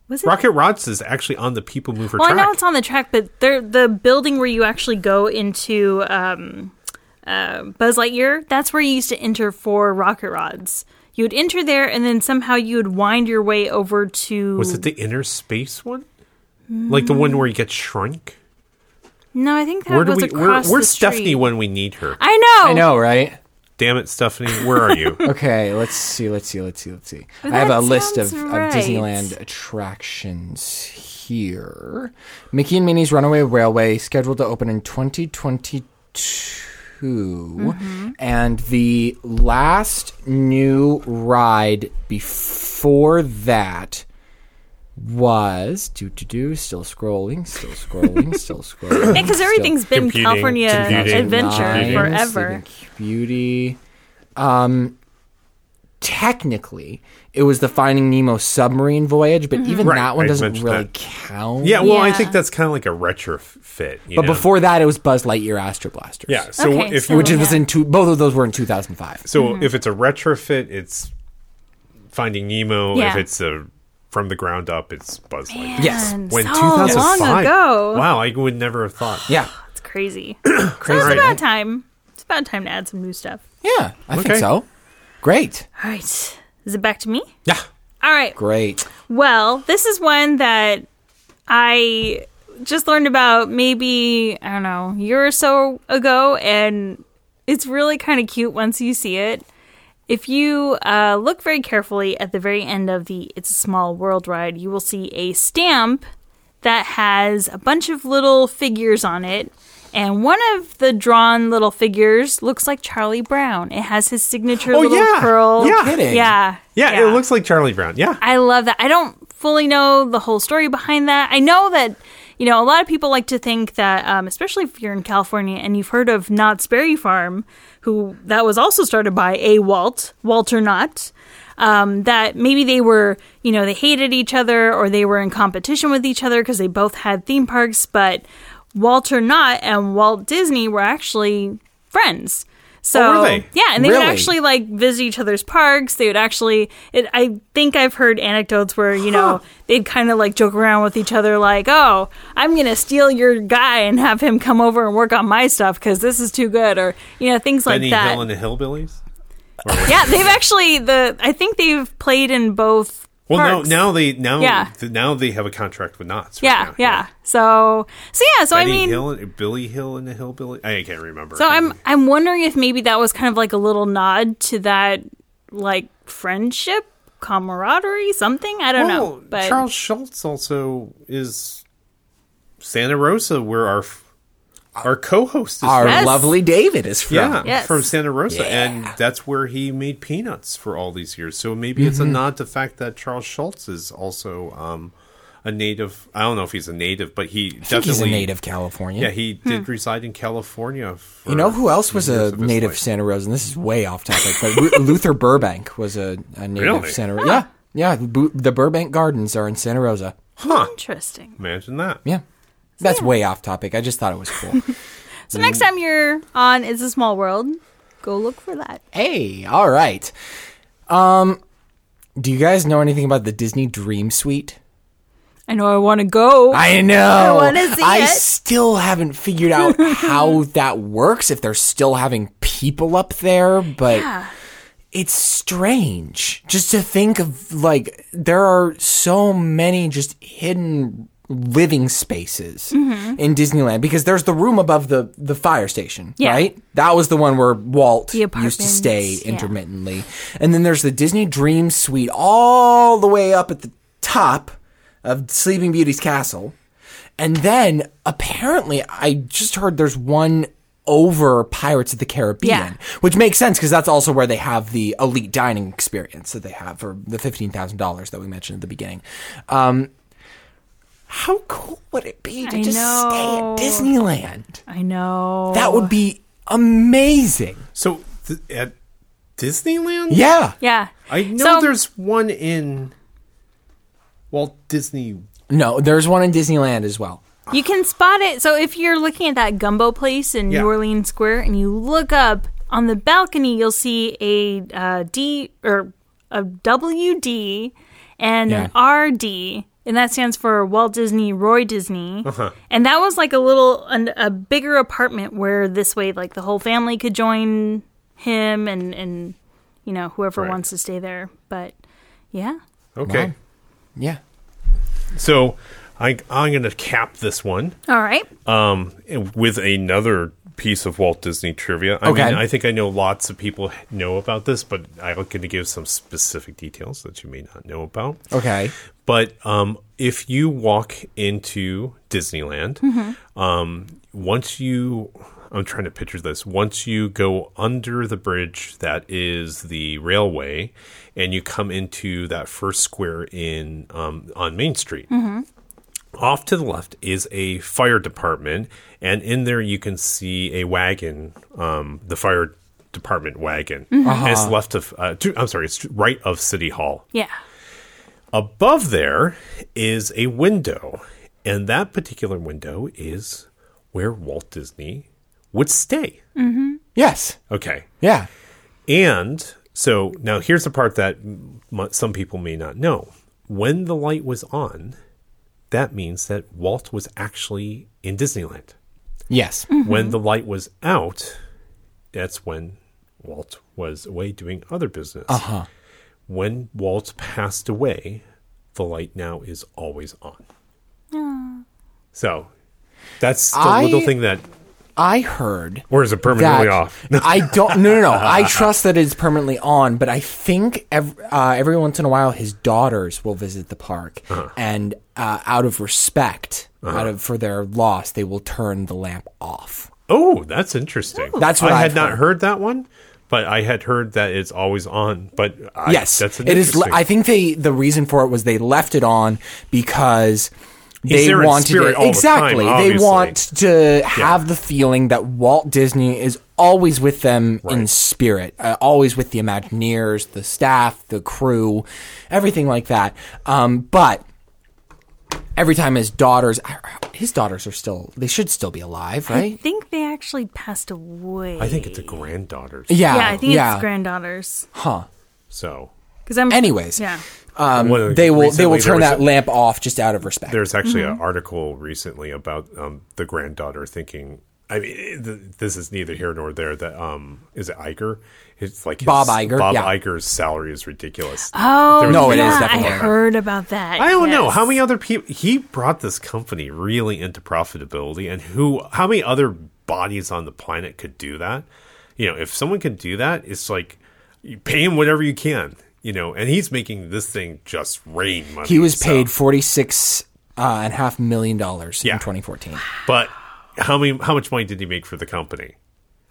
Speaker 1: Was it?
Speaker 2: Rocket Rods is actually on the People Mover
Speaker 1: well,
Speaker 2: track.
Speaker 1: I know it's on the track, but they're, the building where you actually go into um, uh, Buzz Lightyear, that's where you used to enter for Rocket Rods. You would enter there, and then somehow you would wind your way over to.
Speaker 2: Was it the inner space one? Like the one where you get shrunk?
Speaker 1: no, I think that
Speaker 2: Where do
Speaker 1: was
Speaker 2: we? Where,
Speaker 1: across
Speaker 2: where's
Speaker 1: the street.
Speaker 2: Stephanie when we need her?
Speaker 1: I know.
Speaker 3: I know, right?
Speaker 2: Damn it, Stephanie, where are you?
Speaker 3: Okay, let's see, let's see, let's see, let's see. I have a
Speaker 1: that
Speaker 3: list of,
Speaker 1: sounds
Speaker 3: of
Speaker 1: right.
Speaker 3: Disneyland attractions here. Mickey and Minnie's Runaway Railway scheduled to open in 2022.
Speaker 1: Mm-hmm.
Speaker 3: And the last new ride before that was do do do still scrolling, still scrolling, still scrolling.
Speaker 1: Because
Speaker 3: still-
Speaker 1: everything's been
Speaker 2: Computing,
Speaker 1: California
Speaker 2: computing,
Speaker 1: Adventure
Speaker 2: computing.
Speaker 1: forever.
Speaker 3: Sleeping Beauty. Um, technically, it was the Finding Nemo submarine voyage,
Speaker 1: Mm-hmm.
Speaker 3: but even
Speaker 2: Right,
Speaker 3: that one
Speaker 2: I
Speaker 3: doesn't
Speaker 2: mentioned
Speaker 3: really
Speaker 2: that.
Speaker 3: count.
Speaker 2: Yeah, well, I
Speaker 1: Yeah.
Speaker 2: think that's kind of like a retrofit. You
Speaker 3: But
Speaker 2: know?
Speaker 3: before that, it was Buzz Lightyear Astro Blasters.
Speaker 2: yeah. So
Speaker 1: Okay,
Speaker 2: if
Speaker 1: so- Mm-hmm.
Speaker 3: which was
Speaker 1: Oh, Yeah.
Speaker 3: in two. Both of those were in 2005.
Speaker 2: so if it's a retrofit, it's Finding Nemo. If
Speaker 1: Yeah.
Speaker 2: it's a from the ground up, it's Buzz Lightyear.
Speaker 3: Yes.
Speaker 1: Man,
Speaker 2: When
Speaker 1: so
Speaker 2: 2005.
Speaker 1: long ago.
Speaker 2: Wow, I would never have thought.
Speaker 3: Yeah,
Speaker 1: It's crazy.
Speaker 3: crazy.
Speaker 1: It's
Speaker 2: Right.
Speaker 1: about time. It's about time to add some new stuff.
Speaker 3: Yeah, I think
Speaker 2: Okay.
Speaker 3: so. Great.
Speaker 1: All right. Is it back to me?
Speaker 3: Yeah,
Speaker 1: All right.
Speaker 3: great.
Speaker 1: Well, this is one that I just learned about maybe, I don't know, a year or so ago, and it's really kind of cute once you see it. If you uh, look very carefully at the very end of the It's a Small World ride, you will see a stamp that has a bunch of little figures on it. And one of the drawn little figures looks like Charlie Brown. It has his signature
Speaker 2: Oh,
Speaker 1: little
Speaker 2: yeah.
Speaker 1: curl.
Speaker 2: Yeah.
Speaker 3: Kidding.
Speaker 1: Yeah.
Speaker 2: Yeah, it looks like Charlie Brown. Yeah.
Speaker 1: I love that. I don't fully know the whole story behind that. I know that you know a lot of people like to think that, um, especially if you're in California and you've heard of Knott's Berry Farm, who that was also started by a Walt Walter Knott. Um, that maybe they were, you know, they hated each other or they were in competition with each other because they both had theme parks. But Walter Knott and Walt Disney were actually friends. So
Speaker 2: Oh, were they?
Speaker 1: yeah, and they would
Speaker 3: Really?
Speaker 1: actually like visit each other's parks. They would actually. It, I think I've heard anecdotes where you know they'd kind of like joke around with each other, like, "Oh, I'm gonna steal your guy and have him come over and work on my stuff because this is too good," or you know things like
Speaker 2: Benny
Speaker 1: that.
Speaker 2: Hill and the Hillbillies.
Speaker 1: yeah, they've actually the. I think they've played in both.
Speaker 2: Well,
Speaker 1: parks.
Speaker 2: now now they now
Speaker 1: Yeah.
Speaker 2: th- now they have a contract with Knott's. right
Speaker 1: Yeah,
Speaker 2: now.
Speaker 1: yeah, So, so yeah. So
Speaker 2: Benny
Speaker 1: I mean,
Speaker 2: Hill, and- Billy Hill, and the Hillbilly. I can't remember.
Speaker 1: So I'm I'm wondering if maybe that was kind of like a little nod to that like friendship, camaraderie, something. I don't know. But
Speaker 2: Charles Schultz also is Santa Rosa, where our f- our co-host is
Speaker 3: Our
Speaker 2: from.
Speaker 1: Yes.
Speaker 3: lovely David is from.
Speaker 2: Yeah,
Speaker 1: Yes.
Speaker 2: from Santa Rosa, and that's where he made peanuts for all these years. So maybe it's
Speaker 3: Mm-hmm.
Speaker 2: a nod to the fact that Charles Schultz is also um, a native. I don't know if he's a native, but he
Speaker 3: I think
Speaker 2: definitely
Speaker 3: he's a native California.
Speaker 2: Yeah, he did reside in California. For
Speaker 3: You know who else was
Speaker 2: years
Speaker 3: a
Speaker 2: of his
Speaker 3: native
Speaker 2: life?
Speaker 3: Santa Rosa? And this is way off topic, but Ru- Luther Burbank was a, a native
Speaker 2: Really?
Speaker 3: Santa Rosa. Yeah, yeah. The, Bu- the Burbank Gardens are in Santa Rosa.
Speaker 2: Huh?
Speaker 1: interesting.
Speaker 2: Imagine that.
Speaker 3: Yeah, that's way off topic. I just thought it was cool.
Speaker 1: So next time you're on It's a Small World, go look for that.
Speaker 3: hey, all right. Um, do you guys know anything about the Disney Dream Suite?
Speaker 1: I know I want to go.
Speaker 3: I know.
Speaker 1: I wanna see
Speaker 3: I
Speaker 1: it.
Speaker 3: still haven't figured out how that works if they're still having people up there, but it's strange just to think of like there are so many just hidden living spaces
Speaker 1: Mm-hmm.
Speaker 3: in Disneyland because there's the room above the the fire station,
Speaker 1: Yeah.
Speaker 3: right? That was the one where Walt
Speaker 1: The
Speaker 3: used to
Speaker 1: apartments,
Speaker 3: stay
Speaker 1: yeah.
Speaker 3: intermittently. And then there's the Disney Dream Suite all the way up at the top of Sleeping Beauty's castle. And then apparently, I just heard there's one over Pirates of the Caribbean,
Speaker 1: Yeah.
Speaker 3: which makes sense because that's also where they have the elite dining experience that they have for the $15,000 that we mentioned at the beginning. Um, how cool would it be to
Speaker 1: I
Speaker 3: just
Speaker 1: know. Oh.
Speaker 3: stay at Disneyland?
Speaker 1: I know.
Speaker 3: That would be amazing.
Speaker 2: So th- at Disneyland?
Speaker 3: Yeah.
Speaker 1: Yeah.
Speaker 2: I know
Speaker 1: So- um,
Speaker 2: there's one in Walt Disney.
Speaker 3: No, there's one in Disneyland as well.
Speaker 1: You can spot it. So if you're looking at that gumbo place in
Speaker 2: Yeah.
Speaker 1: New Orleans Square and you look up on the balcony, you'll see a uh, D or a WD and an RD. And that stands for Walt Disney, Roy Disney.
Speaker 2: Uh-huh.
Speaker 1: And that was like a little, an, a bigger apartment where this way, like the whole family could join him and, and you know, whoever
Speaker 2: Right.
Speaker 1: wants to stay there. But yeah.
Speaker 2: Okay.
Speaker 3: Yeah.
Speaker 2: So I, I'm going to cap this one
Speaker 1: All right.
Speaker 2: um, with another piece of Walt Disney trivia. I
Speaker 3: Okay.
Speaker 2: mean, I think I know lots of people know about this, but I'm going to give some specific details that you may not know about.
Speaker 3: Okay.
Speaker 2: But um, if you walk into Disneyland, um, once you, I'm trying to picture this, once you go under the bridge that is the railway and you come into that first square in um, on Main Street. Off to the left is a fire department, and in there you can see a wagon, um, the fire department wagon. And it's left of, uh, to, I'm sorry, it's right of City Hall.
Speaker 1: Yeah.
Speaker 2: Above there is a window, and that particular window is where Walt Disney would stay.
Speaker 3: Yes.
Speaker 2: Okay.
Speaker 3: Yeah.
Speaker 2: And so now here's the part that m- some people may not know. When the light was on, that means that Walt was actually in Disneyland.
Speaker 3: Yes.
Speaker 2: When the light was out, that's when Walt was away doing other business. Uh-huh. When Walt passed away, the light now is always on. So that's the
Speaker 3: Ah. I-
Speaker 2: little thing that
Speaker 3: I heard
Speaker 2: or is it permanently
Speaker 3: that-
Speaker 2: off?
Speaker 3: I don't. No, no, no. I trust that it's permanently on, but I think ev- uh, every once in a while his daughters will visit the park, and uh, out of respect, out of for their loss, they will turn the lamp off.
Speaker 2: Oh, that's interesting.
Speaker 3: That's what
Speaker 2: I had
Speaker 3: I've
Speaker 2: not
Speaker 3: heard.
Speaker 2: heard that one, but I had heard that it's always on. But I,
Speaker 3: yes,
Speaker 2: that's an
Speaker 3: it is.
Speaker 2: interesting-
Speaker 3: I think they the reason for it was they left it on because they
Speaker 2: there in
Speaker 3: wanted
Speaker 2: spirit
Speaker 3: it,
Speaker 2: all the
Speaker 3: exactly.
Speaker 2: time,
Speaker 3: they
Speaker 2: obviously.
Speaker 3: want to have the feeling that Walt Disney is always with them in spirit, uh, always with the Imagineers, the staff, the crew, everything like that. Um, but every time his daughters, his daughters are still, they should still be alive,
Speaker 1: I
Speaker 3: right?
Speaker 1: think they actually passed away.
Speaker 2: I think it's a granddaughter's.
Speaker 3: yeah,
Speaker 1: Yeah, I think
Speaker 3: yeah.
Speaker 1: it's granddaughters.
Speaker 3: Huh.
Speaker 2: So
Speaker 1: Because I'm.
Speaker 3: Anyways.
Speaker 1: yeah,
Speaker 3: Um,
Speaker 2: Well,
Speaker 3: they will.
Speaker 2: recently
Speaker 3: They will
Speaker 2: there
Speaker 3: turn
Speaker 2: was
Speaker 3: that
Speaker 2: a-
Speaker 3: lamp off just out of respect.
Speaker 2: There's actually
Speaker 3: Mm-hmm.
Speaker 2: an article recently about um, the granddaughter thinking. I mean, it- th- this is neither here nor there. That um, is it Iger? It's like his-
Speaker 3: Bob Iger,
Speaker 2: Bob
Speaker 3: yeah.
Speaker 2: Iger's salary is ridiculous.
Speaker 1: Oh,
Speaker 2: There was
Speaker 3: No, it is
Speaker 1: yeah,
Speaker 3: definitely
Speaker 1: I
Speaker 3: her.
Speaker 1: heard about that.
Speaker 2: I don't know
Speaker 1: yes.
Speaker 2: how many other people he brought this company really into profitability, and who? How many other bodies on the planet could do that? You know, if someone can do that, it's like you pay him whatever you can. You know, and he's making this thing just rain money.
Speaker 3: He was
Speaker 2: so-
Speaker 3: paid forty six uh, and a half million dollars
Speaker 2: Yeah.
Speaker 3: in 2014.
Speaker 2: but how many? How much money did he make for the company?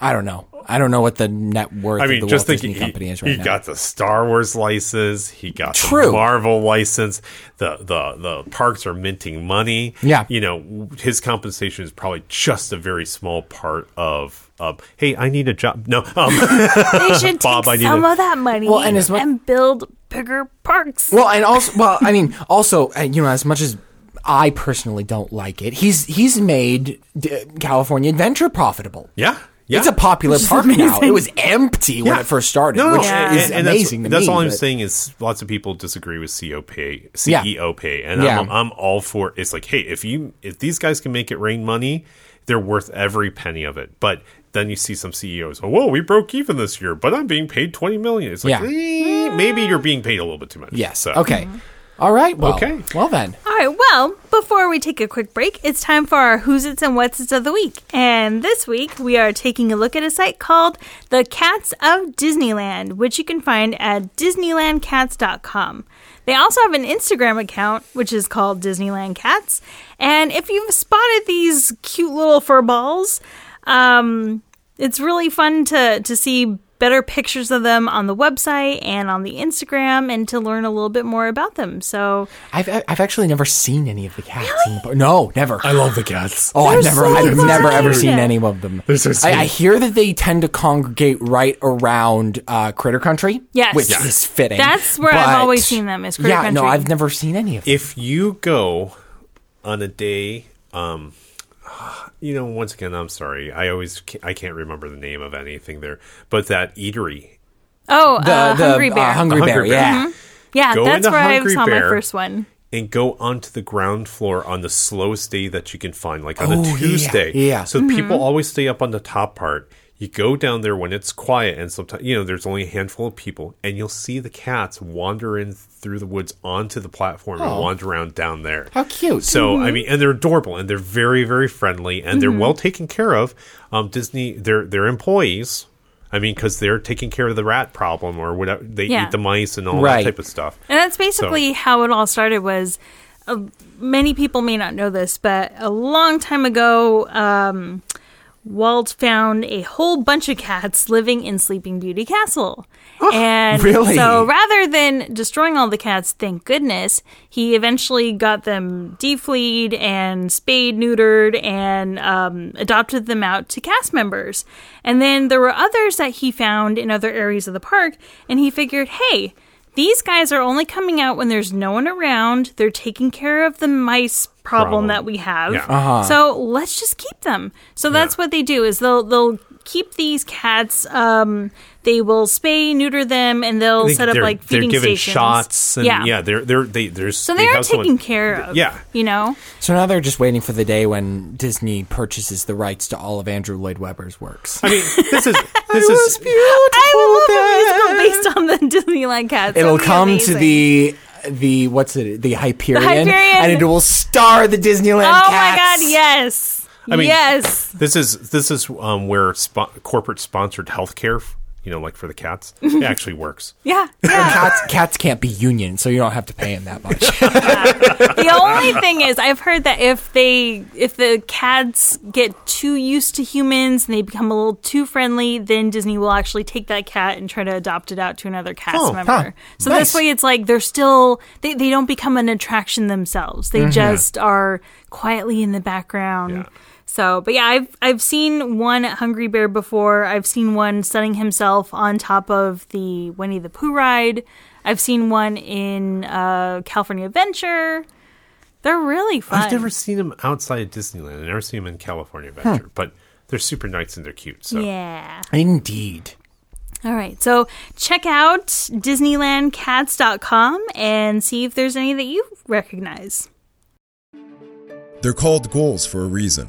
Speaker 3: I don't know. I don't know what the net worth
Speaker 2: I mean,
Speaker 3: of the
Speaker 2: just
Speaker 3: Walt
Speaker 2: think
Speaker 3: Disney
Speaker 2: he,
Speaker 3: Company is right
Speaker 2: he
Speaker 3: now.
Speaker 2: got the Star Wars license, he got the
Speaker 3: True.
Speaker 2: Marvel license. The the the parks are minting money.
Speaker 3: Yeah.
Speaker 2: you know his compensation is probably just a very small part of. of hey, I need a job. No, um,
Speaker 1: they should take
Speaker 2: Bob, I need
Speaker 1: some
Speaker 2: to-
Speaker 1: of that money
Speaker 3: Well,
Speaker 1: and,
Speaker 3: and as mu-
Speaker 1: build bigger parks.
Speaker 3: well, and also, well, I mean, also, uh, you know, as much as I personally don't like it, he's he's made d- California Adventure profitable.
Speaker 2: yeah, Yeah.
Speaker 3: It's a popular
Speaker 1: is
Speaker 3: park now.
Speaker 1: amazing.
Speaker 3: It was empty when
Speaker 2: Yeah.
Speaker 3: it first started,
Speaker 2: No, no,
Speaker 3: which
Speaker 1: Yeah.
Speaker 3: is
Speaker 2: and- and
Speaker 3: amazing
Speaker 2: That's,
Speaker 3: to
Speaker 2: that's
Speaker 3: me,
Speaker 2: all I'm
Speaker 3: but-
Speaker 2: saying is lots of people disagree with COP,
Speaker 3: Yeah.
Speaker 2: CEO pay, E and
Speaker 3: Yeah.
Speaker 2: I'm, I'm all for it's like, hey, if you if these guys can make it rain money, they're worth every penny of it. But then you see some CEOs, oh, whoa, we broke even this year, but I'm being paid twenty million. It's like
Speaker 3: Yeah.
Speaker 2: eh, maybe you're being paid a little bit too much.
Speaker 3: Yes.
Speaker 2: So.
Speaker 3: Okay.
Speaker 1: Mm-hmm.
Speaker 3: All right. Well,
Speaker 2: Okay.
Speaker 3: Well then.
Speaker 1: All right, well, before we take a quick break, it's time for our Who's It's and What's It's of the Week. And this week, we are taking a look at a site called The Cats of Disneyland, which you can find at DisneylandCats.com. They also have an Instagram account, which is called Disneyland Cats. And if you've spotted these cute little fur balls, um, it's really fun to to see better pictures of them on the website and on the Instagram and to learn a little bit more about them. So
Speaker 3: I've I've actually never seen any of the cats. In the park. No, never.
Speaker 5: I love the cats.
Speaker 3: Oh, I've
Speaker 1: They're
Speaker 3: never,
Speaker 1: so
Speaker 3: I've never ever
Speaker 1: cute.
Speaker 3: seen any of them.
Speaker 5: They're so
Speaker 3: I, I
Speaker 5: sweet.
Speaker 3: hear that they tend to congregate right around uh, Critter Country.
Speaker 1: Yes.
Speaker 3: which
Speaker 1: Yes.
Speaker 3: is fitting.
Speaker 1: That's where I've
Speaker 3: but-
Speaker 1: always seen them, is Critter
Speaker 3: yeah, no,
Speaker 1: Country.
Speaker 3: I've never seen any of them.
Speaker 2: if you go on a day um you know once again i'm sorry i always ca- i can't remember the name of anything there but that eatery
Speaker 1: oh,
Speaker 3: The,
Speaker 1: uh,
Speaker 3: the
Speaker 1: Hungry Bear. Mm-hmm.
Speaker 3: uh, Hungry
Speaker 2: Hungry
Speaker 3: Bear,
Speaker 2: Bear.
Speaker 3: yeah.
Speaker 1: yeah,
Speaker 2: go
Speaker 1: that's
Speaker 2: into
Speaker 1: where I
Speaker 2: Hungry
Speaker 1: saw my
Speaker 2: Bear.
Speaker 1: first one.
Speaker 2: and go onto the ground floor on the slowest day that you can find like on
Speaker 3: Oh,
Speaker 2: a
Speaker 3: yeah,
Speaker 2: tuesday
Speaker 3: yeah.
Speaker 2: so people always stay up on the top part you go down there when it's quiet and sometimes you know there's only a handful of people and you'll see the cats wander in through the woods onto the platform and wander around down there
Speaker 3: Oh. How cute.
Speaker 2: So I mean, and they're adorable, and they're very, very friendly, and
Speaker 3: Mm-hmm.
Speaker 2: they're well taken care of. Um, Disney, their their employees. I mean, because they're taking care of the rat problem or whatever. They
Speaker 1: Yeah.
Speaker 2: eat the mice and all
Speaker 3: Right.
Speaker 2: that type of stuff.
Speaker 1: And that's basically how it all started. Was uh, many people may not know this, but a long time ago, um, Walt found a whole bunch of cats living in Sleeping Beauty Castle, and
Speaker 3: really?
Speaker 1: so rather than destroying all the cats, thank goodness, he eventually got them defleed and spayed, neutered, and um, adopted them out to cast members. And then there were others that he found in other areas of the park, and he figured, hey. These guys are only coming out when there's no one around. They're taking care of the mice problem,
Speaker 2: Problem.
Speaker 1: that we have.
Speaker 2: Yeah.
Speaker 3: Uh-huh.
Speaker 1: So let's just keep them. So that's what they do is they'll they'll keep these cats. Um, they will spay, neuter them, and they'll
Speaker 2: think
Speaker 1: set up
Speaker 2: they're-
Speaker 1: like
Speaker 2: they're
Speaker 1: feeding
Speaker 2: given
Speaker 1: stations.
Speaker 2: shots and yeah, they're they're they there's
Speaker 1: So they, are
Speaker 2: have someone-
Speaker 1: taken care of.
Speaker 2: Yeah.
Speaker 1: You know.
Speaker 3: So now they're just waiting for the day when Disney purchases the rights to all of Andrew Lloyd Webber's works.
Speaker 2: I mean, this is this is
Speaker 1: I would love a musical based on the Disneyland cats.
Speaker 3: It'll
Speaker 1: That'd be
Speaker 3: come to
Speaker 1: amazing.
Speaker 3: the the what's it the Hyperion,
Speaker 1: Hyperion.
Speaker 3: and it will star the Disneyland.
Speaker 1: Oh my
Speaker 3: cats.
Speaker 1: god! Yes.
Speaker 2: I mean,
Speaker 1: yes.
Speaker 2: This is this is um, where spo- corporate sponsored healthcare, you know, like for the cats, it actually works.
Speaker 1: Yeah. Yeah.
Speaker 3: Cats, cats can't be union, so you don't have to pay him that much.
Speaker 1: the only thing is i've heard that if they if the cats get too used to humans and they become a little too friendly then disney will actually take that cat and try to adopt it out to another cast
Speaker 2: Oh, huh.
Speaker 1: member so
Speaker 3: Nice.
Speaker 1: this way it's like they're still they, they don't become an attraction themselves they just are quietly in the background
Speaker 2: Mm-hmm. Yeah.
Speaker 1: So, but yeah, I've I've seen one at Hungry Bear before. I've seen one sunning himself on top of the Winnie the Pooh ride. I've seen one in uh, California Adventure. They're really fun.
Speaker 2: I've never seen them outside of Disneyland. I've never seen them in California Adventure, but they're super nice and they're cute. So
Speaker 1: Yeah.
Speaker 3: Indeed.
Speaker 1: All right. So check out DisneylandCats.com and see if there's any that you recognize.
Speaker 6: They're called goals for a reason.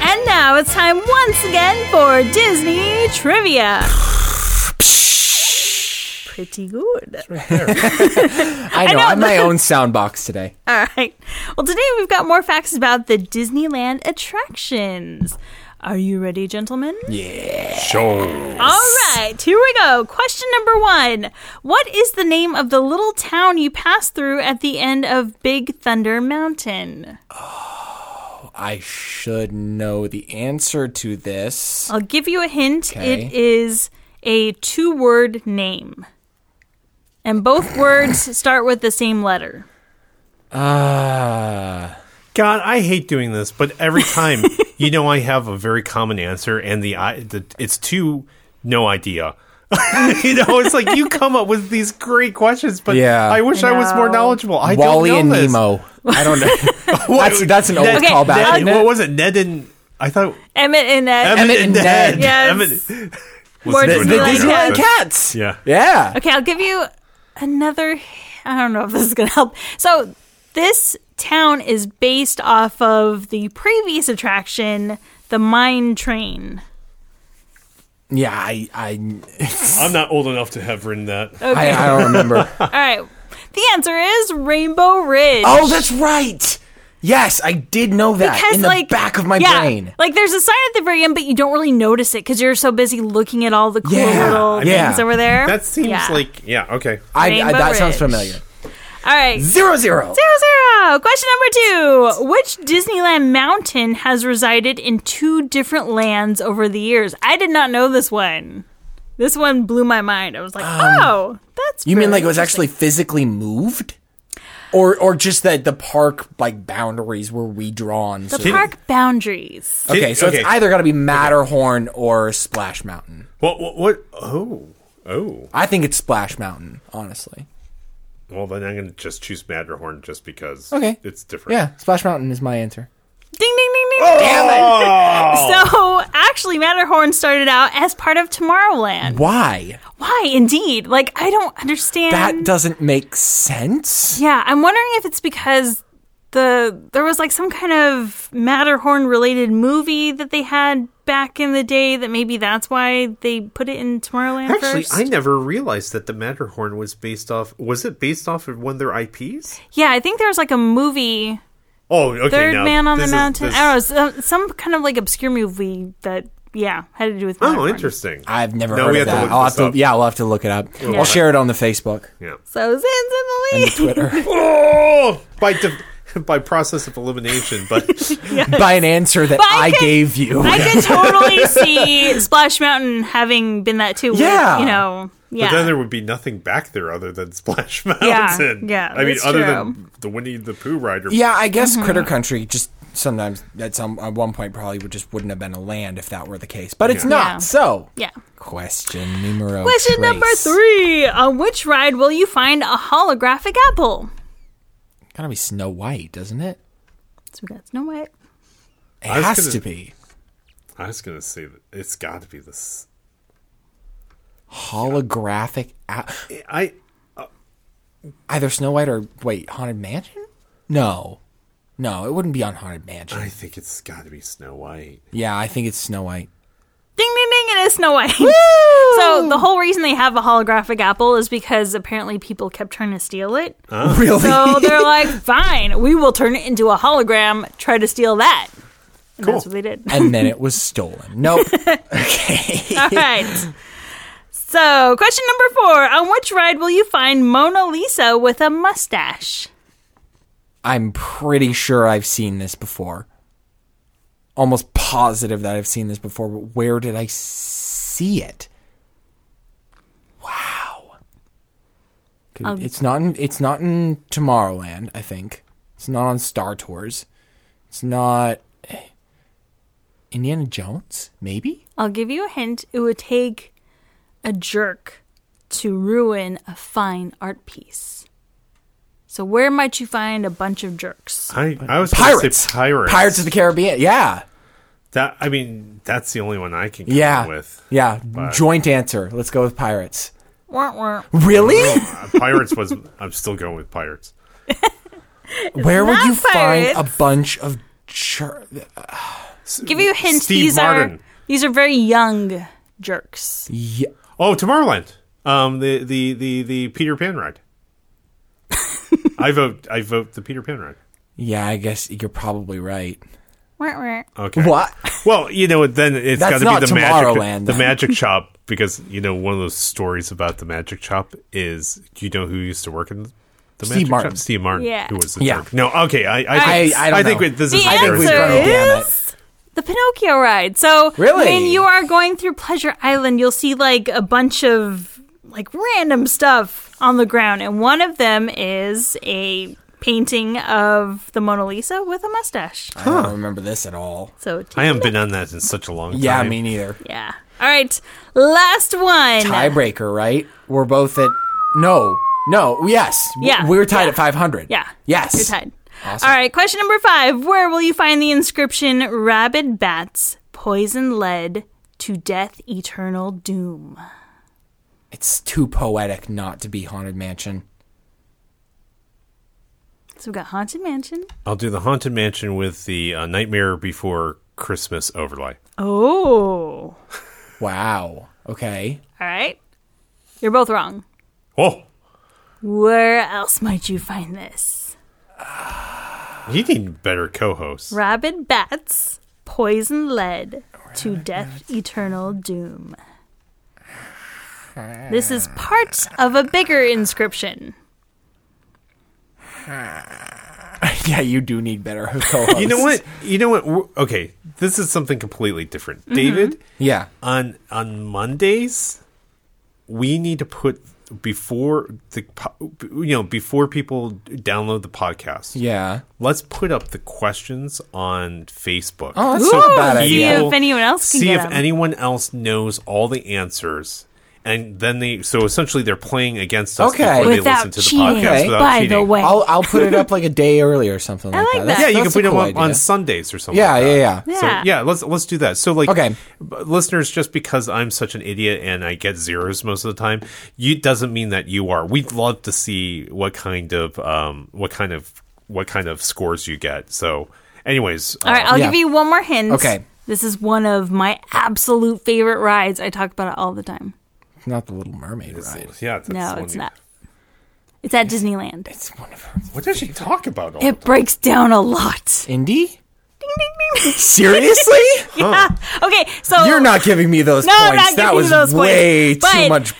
Speaker 1: And now it's time once again for Disney trivia. Pretty good.
Speaker 3: I know.
Speaker 1: know,
Speaker 3: I'm my
Speaker 1: but-
Speaker 3: own soundbox today.
Speaker 1: All right. Well, today we've got more facts about the Disneyland attractions. Are you ready, gentlemen?
Speaker 2: Show.
Speaker 1: All right. Here we go. Question number one What is the name of the little town you pass through at the end of Big Thunder Mountain?
Speaker 3: I should know the answer to this.
Speaker 1: I'll give you a hint.
Speaker 3: Okay.
Speaker 1: It is a two word name. And both words start with the same letter.
Speaker 3: Uh,
Speaker 2: God, I hate doing this, but every time, you know, I have a very common answer, and the, I, the it's too no idea. you know, it's like you come up with these great questions, but
Speaker 3: Yeah.
Speaker 2: I wish I, was more
Speaker 1: No.
Speaker 2: knowledgeable. I
Speaker 3: Wally
Speaker 2: don't
Speaker 3: and
Speaker 2: know this.
Speaker 3: Nemo. I don't know. that's, that's an old
Speaker 2: Ned-
Speaker 3: callback.
Speaker 2: Ned-
Speaker 3: isn't it?
Speaker 2: what was it? Ned and I thought
Speaker 1: Emmett and Ned.
Speaker 2: Emmett, and
Speaker 3: and
Speaker 2: Ned.
Speaker 3: Ned.
Speaker 1: Yes.
Speaker 2: Emmett,
Speaker 1: More
Speaker 2: Ned-
Speaker 3: The
Speaker 1: Disneyland
Speaker 2: Ned-
Speaker 3: Disneyland
Speaker 2: Ned-
Speaker 3: cats.
Speaker 2: Yeah.
Speaker 3: Yeah.
Speaker 1: Okay, I'll give you another. I don't know if this is going to help. So, this town is based off of the previous attraction, the Mine Train.
Speaker 3: Yeah, I I,
Speaker 2: I'm not old enough to have written that.
Speaker 3: I I don't remember.
Speaker 1: All right. The answer is Rainbow Ridge.
Speaker 3: oh, that's right. Yes, I did know that
Speaker 1: because
Speaker 3: in the
Speaker 1: like
Speaker 3: back of my
Speaker 1: yeah,
Speaker 3: brain.
Speaker 1: Like there's a sign at the very end, but you don't really notice it because you're so busy looking at all the cool
Speaker 3: Yeah,
Speaker 1: little
Speaker 3: I mean,
Speaker 1: things
Speaker 3: yeah.
Speaker 1: over there.
Speaker 2: That seems
Speaker 1: Yeah.
Speaker 2: like yeah, okay.
Speaker 3: I, I,
Speaker 1: Rainbow
Speaker 3: that sounds
Speaker 1: Ridge.
Speaker 3: familiar.
Speaker 1: all right. Zero
Speaker 3: Zero zero.
Speaker 1: zero. Question number two: Which Disneyland mountain has resided in two different lands over the years? I did not know this one. This one blew my mind. I was like, oh, that's
Speaker 3: Um, You mean
Speaker 1: really
Speaker 3: like it was actually physically moved? Or or just that the park like boundaries were redrawn. so-
Speaker 1: the park boundaries?
Speaker 3: okay, so
Speaker 2: Okay.
Speaker 3: it's either gotta be Matterhorn or Splash Mountain.
Speaker 2: What what what oh. Oh.
Speaker 3: I think it's Splash Mountain, honestly.
Speaker 2: Well then I'm gonna just choose Matterhorn just because
Speaker 3: Okay.
Speaker 2: it's different.
Speaker 3: Yeah, Splash Mountain is my answer.
Speaker 1: Ding ding ding ding!
Speaker 2: Oh.
Speaker 1: So actually, Matterhorn started out as part of Tomorrowland.
Speaker 3: Why?
Speaker 1: Why, indeed? Like, I don't understand.
Speaker 3: That doesn't make sense.
Speaker 1: Um, yeah, I'm wondering if it's because the there was like some kind of Matterhorn related movie that they had back in the day that maybe that's why they put it in Tomorrowland
Speaker 2: Actually,
Speaker 1: first.
Speaker 2: I never realized that the Matterhorn was based off. Was it based off of one of their IPs?
Speaker 1: yeah, I think there was like a movie,
Speaker 2: Oh, okay.
Speaker 1: Third
Speaker 2: now
Speaker 1: Man on the
Speaker 2: this is-
Speaker 1: Mountain.
Speaker 2: this-
Speaker 1: I don't know, some, some kind of like obscure movie that yeah had to do with.
Speaker 2: Oh,
Speaker 1: Matterhorn.
Speaker 2: interesting.
Speaker 3: I've never
Speaker 2: No,
Speaker 3: heard
Speaker 2: we
Speaker 3: of
Speaker 2: have to
Speaker 3: that.
Speaker 2: look
Speaker 3: I'll
Speaker 2: this
Speaker 3: have to,
Speaker 2: up.
Speaker 3: yeah, I'll have to look it up. I'll share it on the Facebook
Speaker 2: Yeah.
Speaker 1: So Zin's in the
Speaker 3: and
Speaker 1: lead.
Speaker 3: the Twitter
Speaker 2: Oh, by de- by process of elimination, but
Speaker 3: by an answer that
Speaker 1: But I
Speaker 3: I
Speaker 1: could-
Speaker 3: gave you.
Speaker 1: I could totally see Splash Mountain having been that too. with,
Speaker 3: Yeah.
Speaker 1: you know, yeah.
Speaker 2: but then there would be nothing back there other than Splash
Speaker 1: Yeah,
Speaker 2: Mountain.
Speaker 1: yeah,
Speaker 2: I mean,
Speaker 1: that's
Speaker 2: other
Speaker 1: true.
Speaker 2: than the Winnie the Pooh rider.
Speaker 3: Yeah, I guess
Speaker 1: Mm-hmm.
Speaker 3: Critter Country just sometimes at some at one point probably would just wouldn't have been a land if that were the case, but it's not.
Speaker 1: Yeah.
Speaker 3: So
Speaker 1: Yeah.
Speaker 3: question numero.
Speaker 1: Question
Speaker 3: tres.
Speaker 1: number three. On which ride will you find a holographic apple?
Speaker 3: Gotta be Snow White, doesn't it?
Speaker 1: So we got Snow White.
Speaker 3: It
Speaker 2: I was
Speaker 3: has
Speaker 2: gonna-
Speaker 3: to be
Speaker 2: I was gonna say that it's got to be this.
Speaker 3: holographic. a-
Speaker 2: I
Speaker 3: either Snow White or wait, Haunted Mansion? No, no, it wouldn't be on Haunted Mansion.
Speaker 2: I think it's got to be Snow White.
Speaker 3: yeah, I think it's Snow White.
Speaker 1: Ding ding ding! It is Snow White. So the whole reason they have a holographic apple is because apparently people kept trying to steal it.
Speaker 2: Oh.
Speaker 3: Really?
Speaker 1: So they're like, "Fine, we will turn it into a hologram. Try to steal that." And that's what
Speaker 2: Cool.
Speaker 1: they did.
Speaker 3: and then it was stolen. Nope.
Speaker 1: All right. So, question number four: On which ride will you find Mona Lisa with a mustache?
Speaker 3: I'm pretty sure I've seen this before. Almost positive that I've seen this before, but where did I see it? Wow. Could- It's not in it's not in Tomorrowland, I think. It's not on Star Tours. It's not Indiana Jones, maybe?
Speaker 1: I'll give you a hint. It would take a jerk to ruin a fine art piece. So where might you find a bunch of jerks?
Speaker 2: I I was gonna
Speaker 3: Pirates.
Speaker 2: Say pirates.
Speaker 3: Pirates of the Caribbean. Yeah.
Speaker 2: That I mean, that's the only one I can come
Speaker 3: Yeah.
Speaker 2: up with.
Speaker 3: Yeah. Joint answer. Let's go with pirates.
Speaker 1: Wah, wah.
Speaker 3: Really?
Speaker 2: Uh, pirates was. I'm still going with pirates.
Speaker 3: Where would
Speaker 1: not
Speaker 3: you find
Speaker 1: pirates.
Speaker 3: a bunch of jer-
Speaker 1: Give you a hint.
Speaker 2: Steve
Speaker 1: these are
Speaker 2: Martin.
Speaker 1: these are very young jerks.
Speaker 2: Oh, Tomorrowland. Um, the the the the Peter Pan ride. I vote. I vote the Peter Pan ride.
Speaker 3: Yeah, I guess you're probably right.
Speaker 1: Wah, wah.
Speaker 2: Okay.
Speaker 3: What?
Speaker 2: Well, you know, then it's got
Speaker 3: That's
Speaker 2: to
Speaker 3: not
Speaker 2: be the magic,
Speaker 3: Tomorrowland,
Speaker 2: the
Speaker 3: then.
Speaker 2: magic shop, because you know one of those stories about the magic shop is you know who used to work in The
Speaker 3: Steve
Speaker 2: Magic
Speaker 3: Martin.
Speaker 2: Shop- Steve Martin.
Speaker 1: Yeah.
Speaker 2: Who was the
Speaker 3: Yeah.
Speaker 2: jerk. No, okay. I I, think,
Speaker 3: I don't
Speaker 2: think
Speaker 3: know.
Speaker 2: we- this
Speaker 1: The
Speaker 2: is
Speaker 3: think we've
Speaker 1: answer
Speaker 3: gone- Damn it.
Speaker 1: is the Pinocchio ride. So
Speaker 3: Really?
Speaker 1: when you are going through Pleasure Island, you'll see like a bunch of like random stuff on the ground, and one of them is a painting of the Mona Lisa with a mustache.
Speaker 3: I don't remember this at all.
Speaker 1: So
Speaker 2: I haven't been on that in such a long time.
Speaker 3: Yeah, me neither.
Speaker 1: yeah. All right, last one.
Speaker 3: Tiebreaker, right? We're both at no, no. Yes, W-
Speaker 1: Yeah,
Speaker 3: We were tied
Speaker 1: yeah.
Speaker 3: at five hundred.
Speaker 1: Yeah.
Speaker 3: Yes.
Speaker 1: You're tied. All right. Question number five. Where will you find the inscription "Rabid bats, poison lead, to death eternal doom"?
Speaker 3: It's too poetic not to be haunted mansion.
Speaker 1: So we've got haunted mansion.
Speaker 2: I'll do the Haunted Mansion with the uh, Nightmare Before Christmas overlay.
Speaker 1: Oh.
Speaker 3: Wow. Okay.
Speaker 1: All right. You're both wrong.
Speaker 2: Oh,
Speaker 1: Where else might you find this?
Speaker 2: you need better co-hosts.
Speaker 1: Rabid bats, poison lead, to death eternal doom. This is part of a bigger inscription.
Speaker 3: yeah, you do need better co-hosts.
Speaker 2: You know what? You know what? We're- Okay, this is something completely different. David,
Speaker 3: Yeah.
Speaker 2: on on Mondays, we need to put before the po- you know before people download the podcast.
Speaker 3: Yeah.
Speaker 2: Let's put up the questions on Facebook.
Speaker 3: Oh, that's not a bad
Speaker 1: Ooh,
Speaker 3: idea.
Speaker 1: see
Speaker 2: People-
Speaker 1: if anyone else can
Speaker 2: see
Speaker 1: get
Speaker 2: if
Speaker 1: 'em.
Speaker 2: anyone else knows all the answers. And then they so essentially they're playing against us
Speaker 3: Okay.
Speaker 2: before they
Speaker 1: Without
Speaker 2: listen to the
Speaker 1: cheating,
Speaker 2: podcast
Speaker 3: Okay.
Speaker 2: without
Speaker 1: by
Speaker 2: cheating.
Speaker 1: the way.
Speaker 3: I'll I'll put it up like a day early or something like,
Speaker 1: like
Speaker 3: That's-
Speaker 2: Yeah, you can
Speaker 3: that's
Speaker 2: put
Speaker 3: a
Speaker 2: them
Speaker 3: cool
Speaker 2: up on
Speaker 3: idea.
Speaker 2: Sundays or something.
Speaker 3: Yeah,
Speaker 2: like
Speaker 3: yeah,
Speaker 2: that.
Speaker 3: yeah.
Speaker 1: Yeah.
Speaker 2: So yeah, let's let's do that. So like,
Speaker 3: Okay.
Speaker 2: b- listeners, just because I'm such an idiot and I get zeros most of the time, you doesn't mean that you are. We'd love to see what kind of um what kind of what kind of scores you get. So, anyways,
Speaker 1: All right,
Speaker 2: uh,
Speaker 1: I'll
Speaker 3: Yeah.
Speaker 1: give you one more hint.
Speaker 3: Okay.
Speaker 1: This is one of my absolute favorite rides. I talk about it all the time.
Speaker 3: Not the Little Mermaid ride.
Speaker 2: yeah, that's
Speaker 1: no,
Speaker 2: the
Speaker 1: it's
Speaker 2: one
Speaker 1: not. It's at Disneyland.
Speaker 3: It's one of her.
Speaker 2: you- What does she talk about? All
Speaker 1: It breaks down a lot.
Speaker 3: Indy.
Speaker 1: Ding ding ding.
Speaker 3: Seriously?
Speaker 1: yeah. Okay, so
Speaker 3: You're not giving me those
Speaker 1: No,
Speaker 3: points.
Speaker 1: I'm not
Speaker 3: that
Speaker 1: giving
Speaker 3: was
Speaker 1: you those
Speaker 3: way
Speaker 1: points.
Speaker 3: too
Speaker 1: But
Speaker 3: much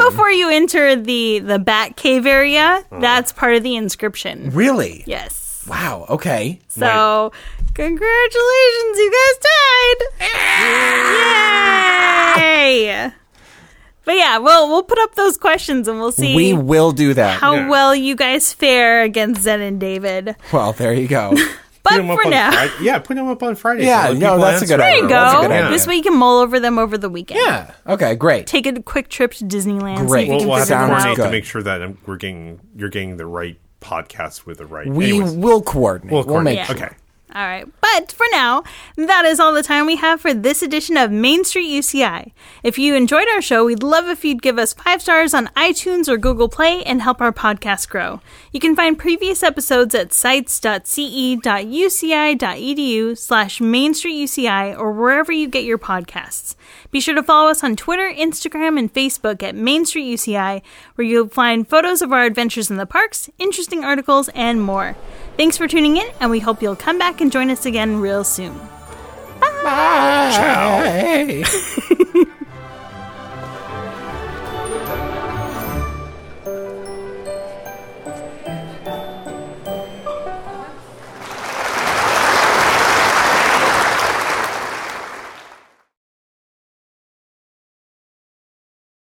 Speaker 1: Right before you enter the the Bat Cave area,
Speaker 3: Hmm.
Speaker 1: that's part of the inscription.
Speaker 3: really?
Speaker 1: Yes.
Speaker 3: Wow. Okay.
Speaker 1: So, congratulations, you guys died! Yay! But yeah, well, we'll put up those questions and we'll see
Speaker 3: We will do that.
Speaker 1: how
Speaker 2: Yeah.
Speaker 1: well you guys fare against Zen and David.
Speaker 3: well, there you go.
Speaker 1: But
Speaker 2: Put 'em up
Speaker 1: for
Speaker 2: on
Speaker 1: now,
Speaker 2: Friday. yeah, put them up on Friday.
Speaker 3: Yeah,
Speaker 2: let
Speaker 3: no,
Speaker 2: people
Speaker 3: that's a good
Speaker 2: answer.
Speaker 1: there
Speaker 3: idea.
Speaker 1: you
Speaker 3: That's a
Speaker 1: go.
Speaker 3: good idea.
Speaker 1: This way you can mull over them over the weekend.
Speaker 3: yeah. Okay. Great.
Speaker 1: Take a quick trip to Disneyland.
Speaker 3: Great.
Speaker 1: See if you
Speaker 2: We'll,
Speaker 1: can
Speaker 2: we'll have
Speaker 1: figure
Speaker 2: to
Speaker 1: them
Speaker 3: Sounds
Speaker 1: out.
Speaker 2: coordinate to
Speaker 3: good.
Speaker 2: make sure that I'm, we're getting you're getting the right podcast with the right.
Speaker 3: We
Speaker 2: Anyways,
Speaker 3: will coordinate. We'll,
Speaker 2: coordinate.
Speaker 3: make sure.
Speaker 2: okay.
Speaker 1: All right. But for now, that is all the time we have for this edition of Main Street UCI. If you enjoyed our show, we'd love if you'd give us five stars on iTunes or Google Play and help our podcast grow. You can find previous episodes at sites.ce.uci.edu slash Main Street UCI or wherever you get your podcasts. Be sure to follow us on Twitter, Instagram, and Facebook at Main Street UCI, where you'll find photos of our adventures in the parks, interesting articles, and more. Thanks for tuning in, and we hope you'll come back and join us again real soon.
Speaker 3: Bye.